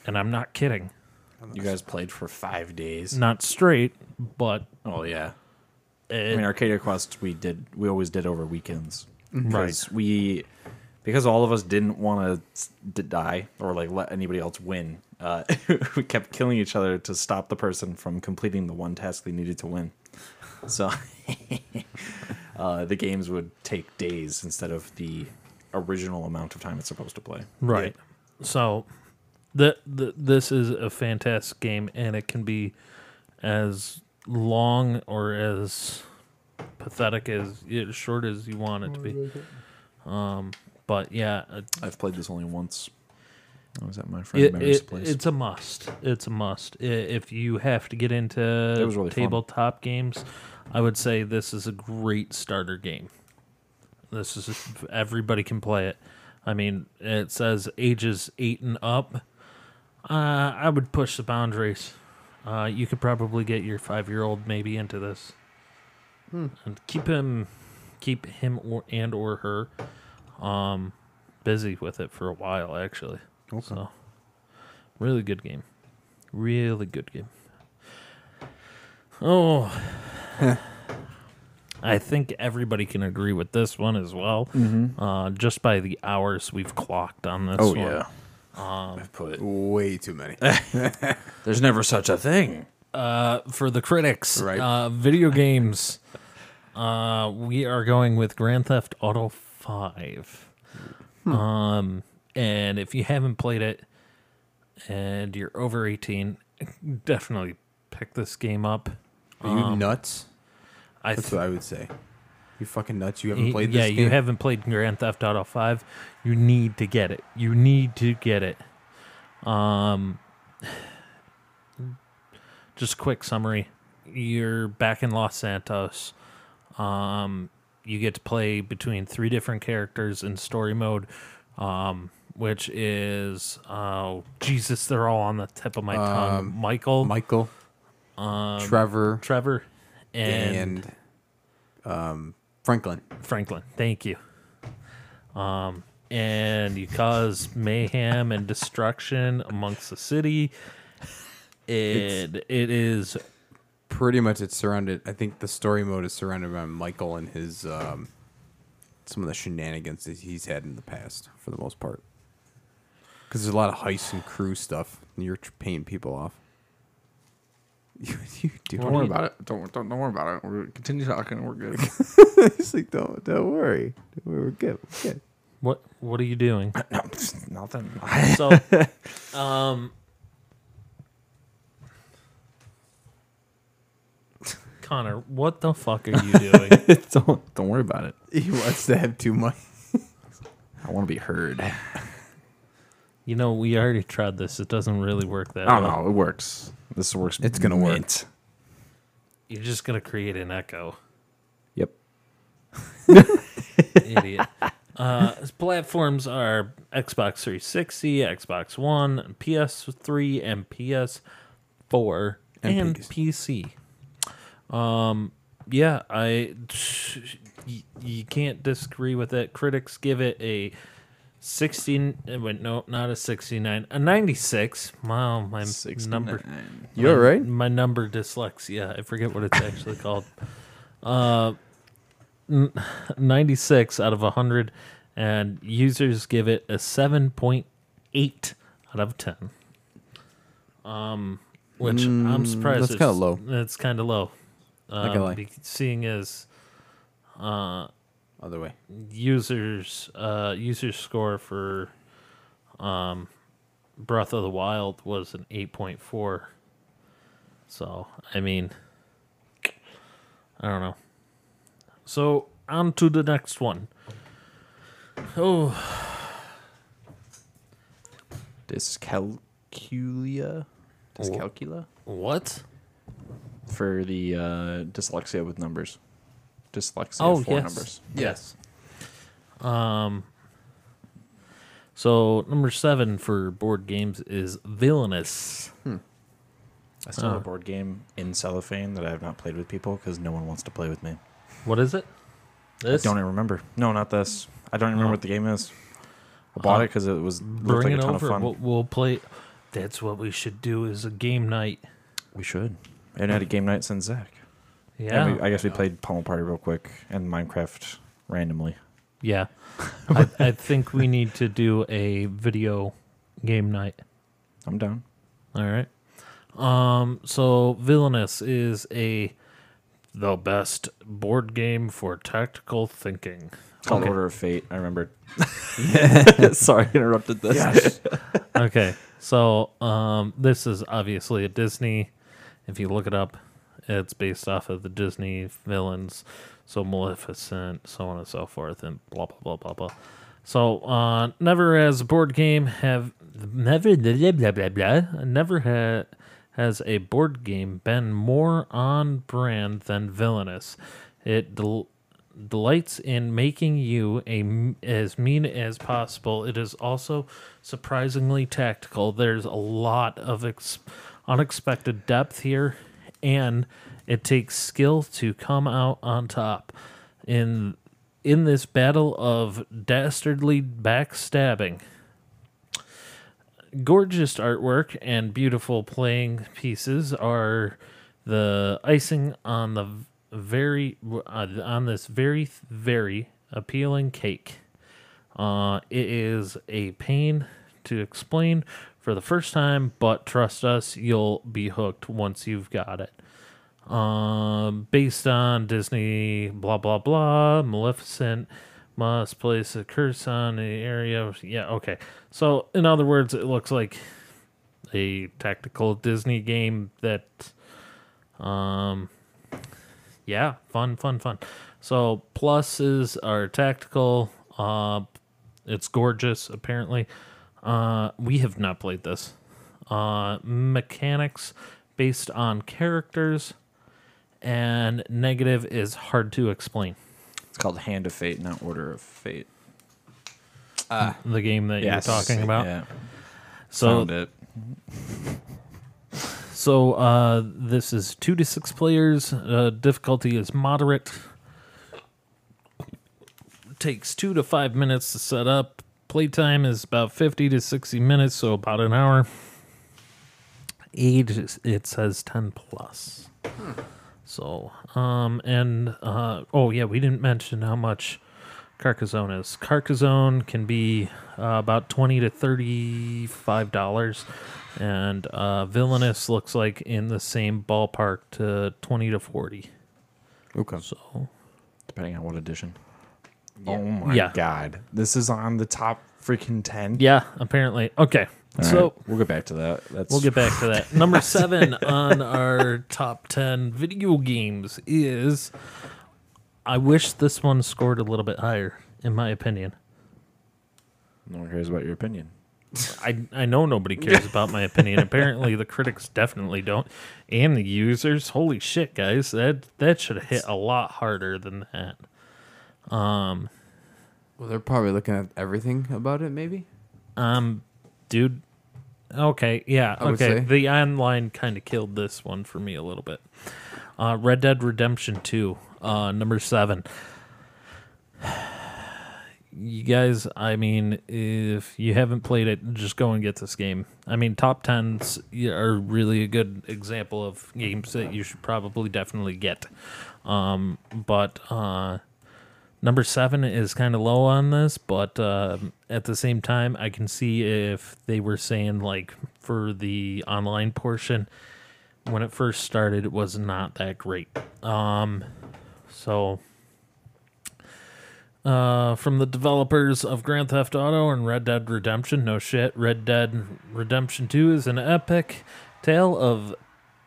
Speaker 1: and i'm not kidding
Speaker 2: You guys played for five days.
Speaker 1: Not straight, but
Speaker 2: Oh yeah. I
Speaker 1: it,
Speaker 2: mean, Arcadia Quest we did we always did over weekends
Speaker 1: Mm-hmm. Right.
Speaker 2: because we because all of us didn't want to die or like let anybody else win. Uh, we kept killing each other to stop the person from completing the one task they needed to win. So uh, the games would take days instead of the original amount of time it's supposed to play.
Speaker 1: right. So, the, the this is a fantastic game, and it can be as long or as pathetic as as short as you want it to be. Um, but yeah, uh,
Speaker 2: I've played this only once. I was at my friend
Speaker 1: it,
Speaker 2: Mary's
Speaker 1: it-
Speaker 2: place.
Speaker 1: it's a must. It's a must. I- If you have to get into
Speaker 2: was really fun.
Speaker 1: tabletop games, I would say this is a great starter game. This is everybody can play it. I mean, it says ages eight and up. Uh, I would push the boundaries. Uh, you could probably get your five-year-old maybe into this,
Speaker 2: Hmm.
Speaker 1: and keep him, keep him or and or her, um, busy with it for a while. Actually, so really good game, really good game. Oh, I think everybody can agree with this one as well. Uh, just by the hours we've clocked on this
Speaker 2: Mm-hmm. oh
Speaker 1: one. Um,
Speaker 2: yeah. I've put
Speaker 5: Way too many.
Speaker 2: There's never such a thing.
Speaker 1: uh, for the critics.
Speaker 5: Right.
Speaker 1: Uh, video games. Uh, we are going with Grand Theft Auto Five. Um, and if you haven't played it, and you're over eighteen, definitely pick this game up.
Speaker 5: Are
Speaker 1: Oh.
Speaker 5: you nuts?
Speaker 1: I
Speaker 5: That's
Speaker 1: th-
Speaker 5: what I would say. You fucking nuts. You haven't
Speaker 1: y-
Speaker 5: played
Speaker 1: yeah,
Speaker 5: this game.
Speaker 1: you haven't played Grand Theft Auto Five. You need to get it. You need to get it. Um, just quick summary. You're back in Los Santos. Um, you get to play between three different characters in story mode, um, which is oh Jesus, they're all on the tip of my tongue.
Speaker 5: Um,
Speaker 1: Michael,
Speaker 5: Michael,
Speaker 1: um,
Speaker 5: Trevor,
Speaker 1: Trevor,
Speaker 5: and,
Speaker 1: and
Speaker 5: um, Franklin.
Speaker 1: Franklin. Thank you. Um, and you cause mayhem and destruction amongst the city. It it is
Speaker 5: Pretty much, it's surrounded. I think the story mode is surrounded by Michael and his um, some of the shenanigans that he's had in the past, for the most part. Because there's a lot of heist and crew stuff, and you're tr- paying people off. You, you do
Speaker 1: Don't worry about
Speaker 2: it. Don't don't, don't worry about it. We're continue talking. We're good.
Speaker 5: He's like, don't don't worry, Don't worry, we're good, we're good.
Speaker 1: what what are you doing?
Speaker 2: no, pfft, nothing.
Speaker 1: So um Connor, what the fuck are you doing?
Speaker 2: don't don't worry about it.
Speaker 5: He wants to have too much.
Speaker 2: I want to be heard.
Speaker 1: you know, we already tried this. It doesn't really work that
Speaker 2: I don't
Speaker 1: well.
Speaker 2: know. It works. This works.
Speaker 5: It's gonna work.
Speaker 2: mint.
Speaker 1: You're just gonna create an echo.
Speaker 7: Yep.
Speaker 1: idiot. Uh, his platforms are Xbox 360, Xbox One, PS3, and PS4, and,
Speaker 5: And
Speaker 1: PC. Um, yeah, I you, you can't disagree with it. Critics give it a 16. uh, Wait, no, not a 69, a 96. Wow, my number.
Speaker 5: You all
Speaker 1: my-
Speaker 5: right?
Speaker 1: My number dyslexia. I forget what it's actually called. Uh, n- 96 out of 100, and users give it a 7.8 out of 10. Um, which I'm surprised.
Speaker 5: Mm, that's
Speaker 1: it's-
Speaker 5: kinda low.
Speaker 1: It's kind of low.
Speaker 5: not gonna
Speaker 1: Um,
Speaker 5: lie.
Speaker 1: be- seeing as uh,
Speaker 5: Other way.
Speaker 1: users uh, user score for um, Breath of the Wild was an 8.4. So, I mean, I don't know. So, on to the next one. Oh,
Speaker 2: Dyscalculia. Dyscalculia
Speaker 1: what?
Speaker 2: for the uh, dyslexia with numbers. Dyslexia
Speaker 1: Oh,
Speaker 2: for
Speaker 1: yes.
Speaker 2: numbers.
Speaker 1: Yes. Um. So number seven for board games is Villainous.
Speaker 2: I still have a board game in cellophane that I have not played with people because no one wants to play with me.
Speaker 1: What is it? This.
Speaker 2: Don't even remember. No, not this. I don't remember what the game is. I bought
Speaker 1: Uh,
Speaker 2: it because it was looked
Speaker 1: bring
Speaker 2: like a
Speaker 1: it
Speaker 2: ton
Speaker 1: over.
Speaker 2: of fun.
Speaker 1: We'll, we'll play. That's what we should do is a game night.
Speaker 6: We should. And had a game night since Zach.
Speaker 1: Yeah.
Speaker 6: And we, I guess we played Pummel Party real quick and Minecraft randomly.
Speaker 1: yeah. I, I think we need to do a video game night.
Speaker 6: I'm down.
Speaker 1: All right. Um, so Villainous is a the best board game for tactical thinking.
Speaker 6: It's called Order of Fate. I remember. Sorry, I interrupted this.
Speaker 1: okay. So um, this is obviously a Disney. If you look it up, it's based off of the Disney villains. So Maleficent, so on and so forth, and blah, blah, blah, blah, blah. So uh, never as a board game have never blah, blah, blah, blah, never ha has a board game been more on brand than villainous. It del- delights in making you a m- as mean as possible. It is also surprisingly tactical. There's a lot of ex- unexpected depth here, and it takes skill to come out on top. In in this battle of dastardly backstabbing, gorgeous artwork and beautiful playing pieces are the icing on the very uh, on this very very appealing cake. Uh, it is a pain to explain for the first time, but trust us, you'll be hooked once you've got it. Um, based on Disney, blah blah blah, Maleficent must place a curse on the area. Yeah, okay. So, in other words, it looks like a tactical Disney game that, um, yeah, fun, fun, fun. So pluses are tactical. Uh, it's gorgeous. Apparently, uh, we have not played this. Uh, mechanics based on characters, and negative is hard to explain.
Speaker 6: It's called Hand of Fate, not Order of Fate.
Speaker 1: The game that you're talking about.
Speaker 6: Yeah.
Speaker 1: so
Speaker 6: Found it.
Speaker 1: So uh, this is two to six players. Uh, difficulty is moderate. Takes two to five minutes to set up. Playtime is about 50 to 60 minutes, so about an hour. Age, is- it says 10 plus. So, um, and, uh, oh, yeah, we didn't mention how much Carcassonne is. Carcassonne can be uh, about 20 to $35 and uh, villainous looks like in the same ballpark to 20 to 40
Speaker 5: Okay.
Speaker 1: so
Speaker 6: Depending on what edition. Oh my
Speaker 1: Yeah.
Speaker 6: god. This is on the top freaking 10.
Speaker 1: yeah apparently okay so
Speaker 6: We'll get back to that. That's
Speaker 1: we'll get back to that number seven on our top 10 video games is i wish this one scored a little bit higher in my opinion
Speaker 6: No one cares about your opinion.
Speaker 1: I, I know nobody cares about my opinion. Apparently, the critics definitely don't, and the users. Holy shit, guys! That that should have hit a lot harder than that.
Speaker 5: Well, they're probably looking at everything about it, maybe.
Speaker 1: Um, dude. Okay, yeah.
Speaker 5: I would
Speaker 1: okay,
Speaker 5: say.
Speaker 1: the online kind of killed this one for me a little bit. Uh, Red Dead Redemption Two, uh, number seven. You guys, I mean, if you haven't played it, just go and get this game. I mean, top tens yeah, are really a good example of games that you should probably definitely get. Um, but uh, Number seven is kind of low on this, but uh, at the same time, I can see if they were saying, like, for the online portion, when it first started, it was not that great. Um, so, uh, from the developers of Grand Theft Auto and Red Dead Redemption, no shit, Red Dead Redemption 2 is an epic tale of,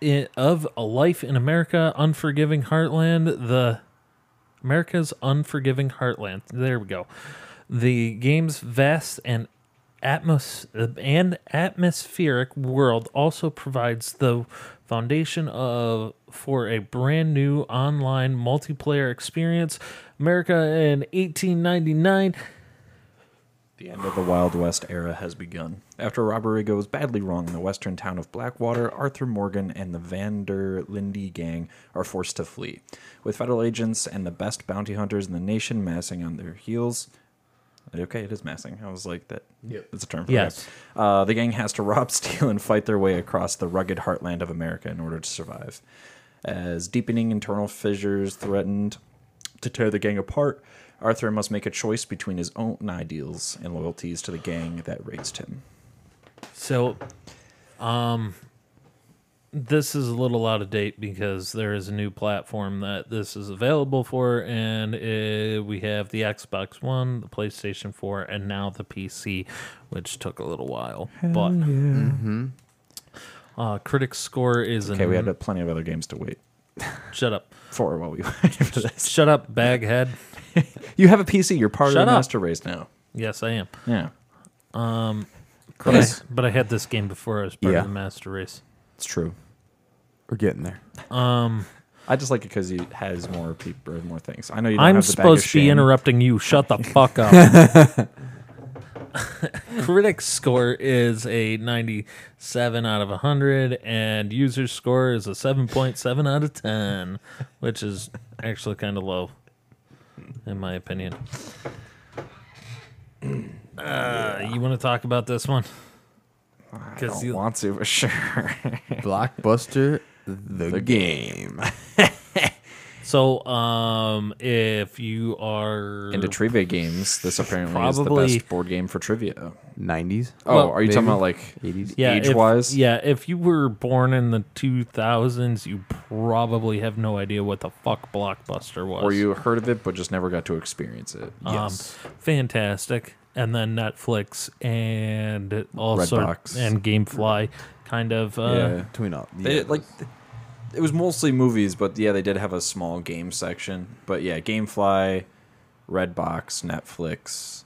Speaker 1: eh, of a life in America, unforgiving heartland, the. America's Unforgiving Heartland. There we go. The game's vast and atmos and atmospheric world also provides the foundation of for a brand new online multiplayer experience. America in 1899
Speaker 6: The end of the Wild West era has begun. After a robbery goes badly wrong in the western town of Blackwater, Arthur Morgan and the Vander Lindy gang are forced to flee. With federal agents and the best bounty hunters in the nation massing on their heels,
Speaker 2: Okay, it is massing. I was like that.
Speaker 5: Yep.
Speaker 2: That's a term. for
Speaker 1: Yes.
Speaker 2: it. Uh, the gang has to rob, steal, and fight their way across the rugged heartland of America in order to survive. As deepening internal fissures threatened to tear the gang apart, Arthur must make a choice between his own ideals and loyalties to the gang that raised him.
Speaker 1: So, um, this is a little out of date because there is a new platform that this is available for, and uh we have the Xbox One, the PlayStation Four, and now the PC, which took a little while. but uh, critics score is
Speaker 2: Mm-hmm. Okay,
Speaker 1: an,
Speaker 2: we had plenty of other games to wait
Speaker 1: shut up,
Speaker 2: for while we waited for this.
Speaker 1: shut up, baghead.
Speaker 2: You have a PC. You're part
Speaker 1: Shut
Speaker 2: of the
Speaker 1: up.
Speaker 2: master race now.
Speaker 1: Yes, I am.
Speaker 2: Yeah,
Speaker 1: But I,
Speaker 2: Yes.
Speaker 1: but I had this game before I was part
Speaker 5: Yeah.
Speaker 1: of the master race.
Speaker 2: it's true.
Speaker 5: We're getting there.
Speaker 2: I just like it because it has more people, more things. I know you. Don't
Speaker 1: I'm
Speaker 2: have the bag
Speaker 1: supposed
Speaker 2: of
Speaker 1: to be
Speaker 2: shame.
Speaker 1: interrupting you. Shut the fuck up. Critic score is a 97 out of 100, and user score is a 7.7 out of 10, which is actually kind of low, in my opinion. Uh, you want to talk about this one?
Speaker 2: I
Speaker 1: Because
Speaker 2: don't
Speaker 1: you,
Speaker 2: want to, but sure.
Speaker 5: Blockbuster, the, game.
Speaker 1: so, um, if you are
Speaker 2: Into trivia games, this apparently is
Speaker 1: Probably-
Speaker 2: the best board game for trivia.
Speaker 5: 90s.
Speaker 2: Oh,
Speaker 1: Well,
Speaker 2: are you talking
Speaker 5: maybe.
Speaker 2: about like
Speaker 5: 80s.
Speaker 1: yeah,
Speaker 2: age
Speaker 1: if-
Speaker 2: wise?
Speaker 1: Yeah, if you were born in the 2000s, you probably have no idea what the fuck Blockbuster was.
Speaker 2: Or you heard of it but just never got to experience it.
Speaker 1: Um,
Speaker 5: Yes.
Speaker 1: Fantastic. And then Netflix and also
Speaker 2: Redbox.
Speaker 1: and GameFly kind of uh,
Speaker 5: Between all.
Speaker 2: They,
Speaker 5: yeah,
Speaker 2: like th- it was mostly movies, but yeah, they did have a small game section. But yeah, GameFly, Redbox, Netflix,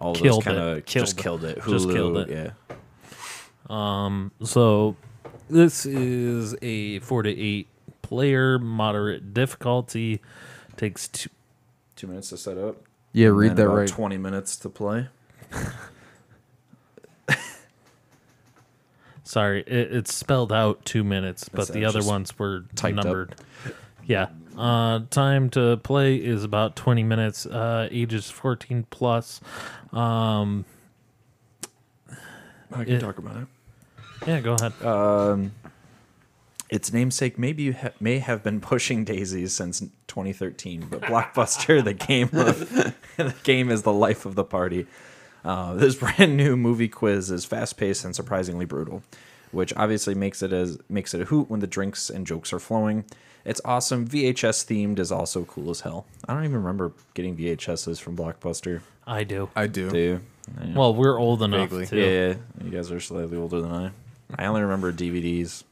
Speaker 2: all
Speaker 1: Killed
Speaker 2: those kind of
Speaker 1: it. Killed
Speaker 2: just
Speaker 1: it.
Speaker 2: killed it. Hulu,
Speaker 1: Just killed it.
Speaker 2: Yeah.
Speaker 1: so this is a 4 to 8 player moderate difficulty takes two,
Speaker 2: Two minutes to set up.
Speaker 5: yeah,
Speaker 2: and
Speaker 5: read
Speaker 2: then
Speaker 5: that
Speaker 2: about
Speaker 5: right.
Speaker 2: Twenty minutes to play.
Speaker 1: Sorry, it, it's spelled out two minutes, but
Speaker 2: That's-
Speaker 1: the
Speaker 2: that's
Speaker 1: other
Speaker 2: uh, just
Speaker 1: ones were
Speaker 2: typed up.
Speaker 1: numbered. Yeah. Uh, time to play is about 20 minutes. Uh, ages 14 plus. Um,
Speaker 2: I can
Speaker 1: It-
Speaker 2: talk about it.
Speaker 1: yeah, go ahead.
Speaker 2: Uh, Its namesake maybe you ha- may have been pushing daisies since 2013, but Blockbuster, the game of, the game is the life of the party. Uh, this brand new movie quiz is fast paced and surprisingly brutal, which obviously makes it as makes it a hoot when the drinks and jokes are flowing. It's awesome. VHS themed is also cool as hell. I don't even remember getting VHSs from Blockbuster.
Speaker 1: I do.
Speaker 5: I do.
Speaker 2: Do you? Yeah.
Speaker 1: Well, we're old enough
Speaker 5: Vaguely.
Speaker 1: to.
Speaker 2: yeah, you guys are slightly older than I. I only remember DVDs.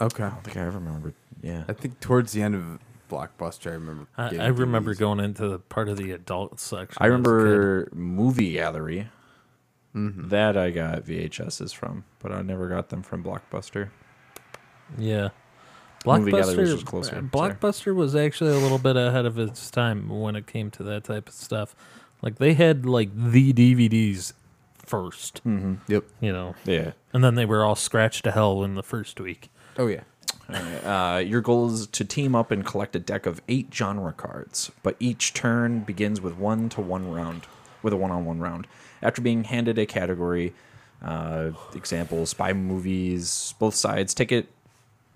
Speaker 5: Okay.
Speaker 2: I don't think I ever remembered. Yeah,
Speaker 5: I think towards the end of Blockbuster, I remember.
Speaker 1: I,
Speaker 5: getting
Speaker 1: I remember
Speaker 5: DVDs.
Speaker 1: going into the part of the adult section.
Speaker 2: I
Speaker 1: as a kid.
Speaker 2: remember Movie Gallery. That I got VHSs from, but I never got them from Blockbuster.
Speaker 1: Yeah.
Speaker 2: Movie Gallery
Speaker 1: Blockbuster,
Speaker 2: was
Speaker 1: uh,
Speaker 2: just closer, sorry.
Speaker 1: Blockbuster was actually a little bit ahead of its time when it came to that type of stuff. Like they had like the DVDs first,
Speaker 2: Hmm.
Speaker 5: Yep.
Speaker 1: you know.
Speaker 2: Yeah.
Speaker 1: And then they were all scratched to hell in the first week.
Speaker 5: Oh, yeah.
Speaker 2: Uh, your goal is to team up and collect a deck of eight genre cards, but each turn begins with one to one round, with a one on one round. After being handed a category, uh, example spy movies, both sides take it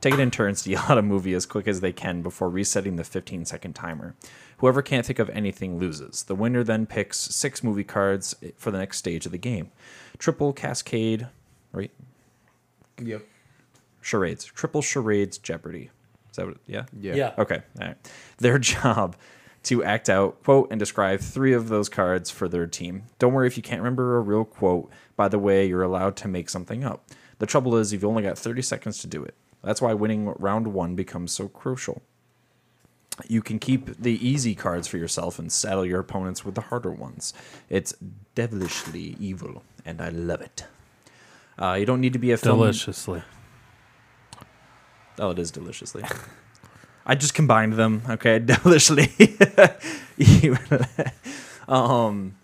Speaker 2: Take it in turns to yell out a movie as quick as they can before resetting the 15 second timer. Whoever can't think of anything loses. The winner then picks six movie cards for the next stage of the game. Triple Cascade, right?
Speaker 5: Yep.
Speaker 2: Charades. Triple Charades Jeopardy. Is that what? Yeah?
Speaker 5: Yeah.
Speaker 2: Okay. All right. Their job to act out, quote, and describe three of those cards for their team. Don't worry if you can't remember a real quote. By the way, you're allowed to make something up. The trouble is, you've only got 30 seconds to do it. That's why winning round one becomes so crucial. You can keep the easy cards for yourself and saddle your opponents with the harder ones. It's devilishly evil, and I love it. Uh, you don't need to be a film.
Speaker 1: Deliciously.
Speaker 2: Oh, it is deliciously. I just combined them. Okay, deliciously. um,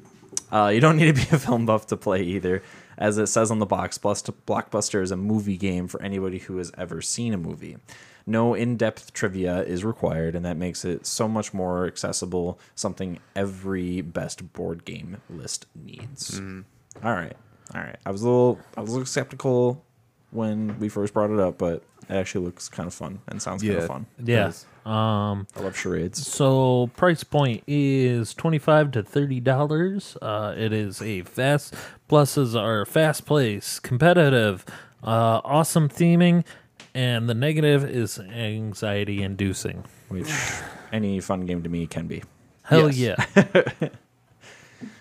Speaker 2: uh, you don't need to be a film buff to play either. As it says on the box, Blust- Blockbuster is a movie game for anybody who has ever seen a movie. No in depth trivia is required, and that makes it so much more accessible, something every best board game list needs. All right. All right. I was a little I was a little skeptical when we first brought it up, but it actually looks kind of fun and sounds kind
Speaker 5: Yeah.
Speaker 2: of fun.
Speaker 1: Yeah.
Speaker 5: Yes.
Speaker 1: Um.
Speaker 2: I love charades.
Speaker 1: So price point is twenty five to thirty dollars. Uh, it is a fast. Pluses are fast place, competitive, uh, awesome theming, and the negative is anxiety inducing.
Speaker 2: Which any fun game to me can be.
Speaker 1: Hell
Speaker 5: Yes.
Speaker 1: yeah!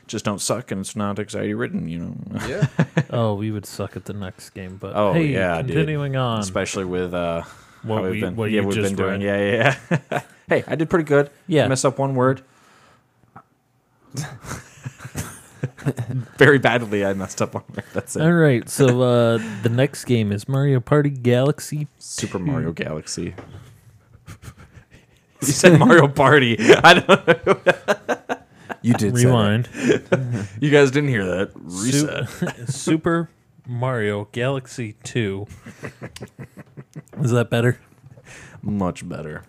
Speaker 2: Just don't suck and it's not anxiety ridden, you know.
Speaker 5: Yeah.
Speaker 1: oh, we would suck at the next game, but
Speaker 2: Oh,
Speaker 1: hey,
Speaker 2: yeah, dude.
Speaker 1: continuing on.
Speaker 2: Especially with uh
Speaker 1: What
Speaker 2: how we've
Speaker 1: we-
Speaker 2: been,
Speaker 1: what
Speaker 2: yeah,
Speaker 1: you
Speaker 2: we've
Speaker 1: just
Speaker 2: been doing.
Speaker 1: read.
Speaker 2: Yeah, yeah, yeah. hey, I did pretty good.
Speaker 1: Yeah.
Speaker 2: Messed up one word. Very badly I messed up one word. That's it.
Speaker 1: All right, so uh, the next game is Mario Party Galaxy.
Speaker 2: Super Mario Galaxy. you said Mario Party. I don't.
Speaker 5: You did say that.
Speaker 1: Rewind.
Speaker 2: You guys didn't hear that. Reset.
Speaker 1: Sup- Super Mario Galaxy 2. Is that better?
Speaker 2: Much better.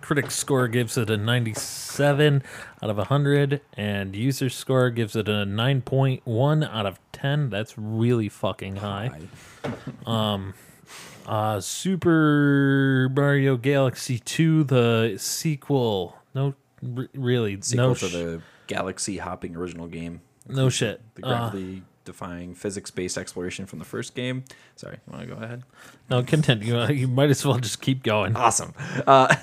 Speaker 1: Critic score gives it a 97 out of 100, and user score gives it a 9.1 out of 10. That's really fucking high. Um, uh, Super Mario Galaxy 2, the sequel. No, r- really,
Speaker 2: Sequel
Speaker 1: no,
Speaker 2: to
Speaker 1: sh-
Speaker 2: the Galaxy hopping original game.
Speaker 1: no shit.
Speaker 2: The
Speaker 1: Uh,
Speaker 2: graphically defying physics based exploration from the first game. Sorry, you want to go ahead?
Speaker 1: no, continue. Uh, You might as well just keep going.
Speaker 2: Awesome. Uh,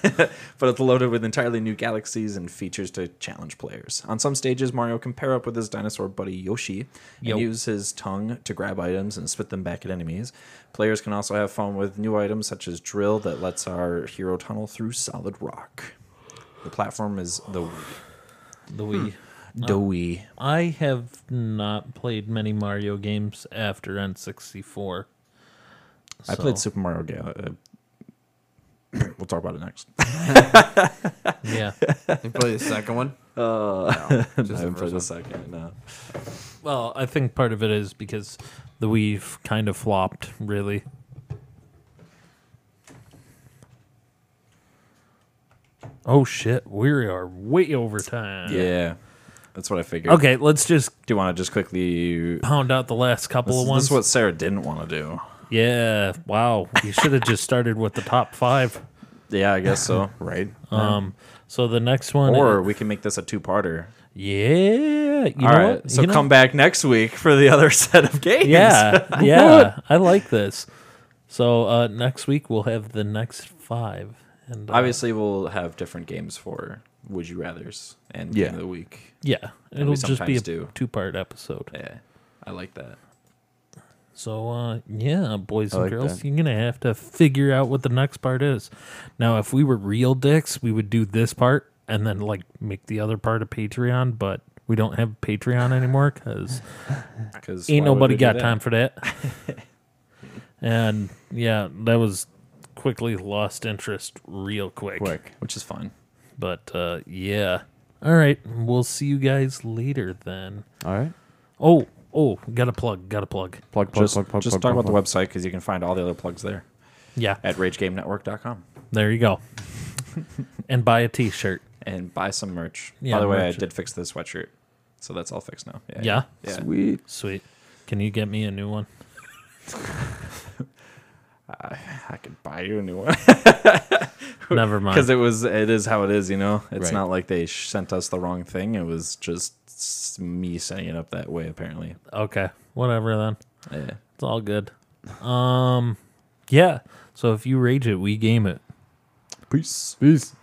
Speaker 2: but it's loaded with entirely new galaxies and features to challenge players. On some stages, Mario can pair up with his dinosaur buddy Yoshi and
Speaker 1: Yo.
Speaker 2: use his tongue to grab items and spit them back at enemies. Players can also have fun with new items such as Drill that lets our hero tunnel through solid rock. The platform is the Wii.
Speaker 1: The Wii.
Speaker 2: hmm. The Wii.
Speaker 1: I have not played many Mario games after N64.
Speaker 2: I played
Speaker 1: So,
Speaker 2: Super Mario Galaxy. we'll talk about it next.
Speaker 1: yeah.
Speaker 5: You play the second one?
Speaker 2: Uh, I
Speaker 5: the
Speaker 2: haven't
Speaker 5: first
Speaker 2: played the
Speaker 5: one.
Speaker 2: second. uh, No.
Speaker 1: Well, I think part of it is because the Wii f- kind of flopped, really. Oh shit, we are way over time.
Speaker 2: Yeah. That's what I figured.
Speaker 1: Okay, let's just
Speaker 2: Do you want to just quickly
Speaker 1: pound out the last couple
Speaker 2: This,
Speaker 1: of
Speaker 2: is-
Speaker 1: ones.
Speaker 2: this is what Sarah didn't want to do.
Speaker 1: yeah. Wow. You should have just started with the top five.
Speaker 2: Yeah, I guess so.
Speaker 5: Right.
Speaker 1: Um. So the next one.
Speaker 2: or we can make this a two-parter.
Speaker 1: yeah. You know
Speaker 2: All right.
Speaker 1: what?
Speaker 2: So
Speaker 1: You know-
Speaker 2: come back next week for the other set of games.
Speaker 1: Yeah, yeah, I like this. So uh, next week we'll have the next five, and uh,
Speaker 2: Obviously, we'll have different games for Would You Rather's and
Speaker 5: Yeah.
Speaker 2: Game of the Week.
Speaker 1: yeah, it'll just be
Speaker 2: sometimes
Speaker 1: a
Speaker 2: do.
Speaker 1: two-part episode.
Speaker 2: Yeah, I like that.
Speaker 1: So uh, yeah, boys
Speaker 5: I
Speaker 1: and
Speaker 5: like
Speaker 1: girls,
Speaker 5: that.
Speaker 1: you're gonna have to figure out what the next part is. Now, if we were real dicks, we would do this part and then like make the other part a Patreon, but we don't have Patreon anymore because
Speaker 2: Because
Speaker 1: ain't nobody got time for that. and yeah, that was quickly lost interest real
Speaker 5: Quick.
Speaker 2: which is fine.
Speaker 1: But uh, yeah. All right. We'll see you guys later then.
Speaker 5: All right.
Speaker 1: Oh, oh, got a plug. Got a plug.
Speaker 5: Plug, plug,
Speaker 2: just
Speaker 5: plug, plug,
Speaker 2: just
Speaker 5: plug,
Speaker 2: talk
Speaker 5: plug,
Speaker 2: about
Speaker 5: plug.
Speaker 2: the website because you can find all the other plugs there
Speaker 1: Yeah.
Speaker 2: at RageGameNetwork.com
Speaker 1: There you go. and buy a t shirt.
Speaker 2: and buy some merch.
Speaker 1: Yeah,
Speaker 2: By the way,
Speaker 1: merch.
Speaker 2: I did fix the sweatshirt, so that's all fixed now. Yeah,
Speaker 1: Yeah.
Speaker 2: yeah.
Speaker 6: Sweet.
Speaker 1: Sweet. Can you get me a new one?
Speaker 2: I could buy you a new one.
Speaker 1: Never mind.
Speaker 2: because it was it is how it is you know it's
Speaker 5: Right.
Speaker 2: not like they sh- sent us the wrong thing it was just s- me setting it up that way apparently
Speaker 1: okay. Whatever then.
Speaker 2: yeah
Speaker 1: It's all good. Um, yeah. So if you rage it, we game it.
Speaker 5: Peace. Peace.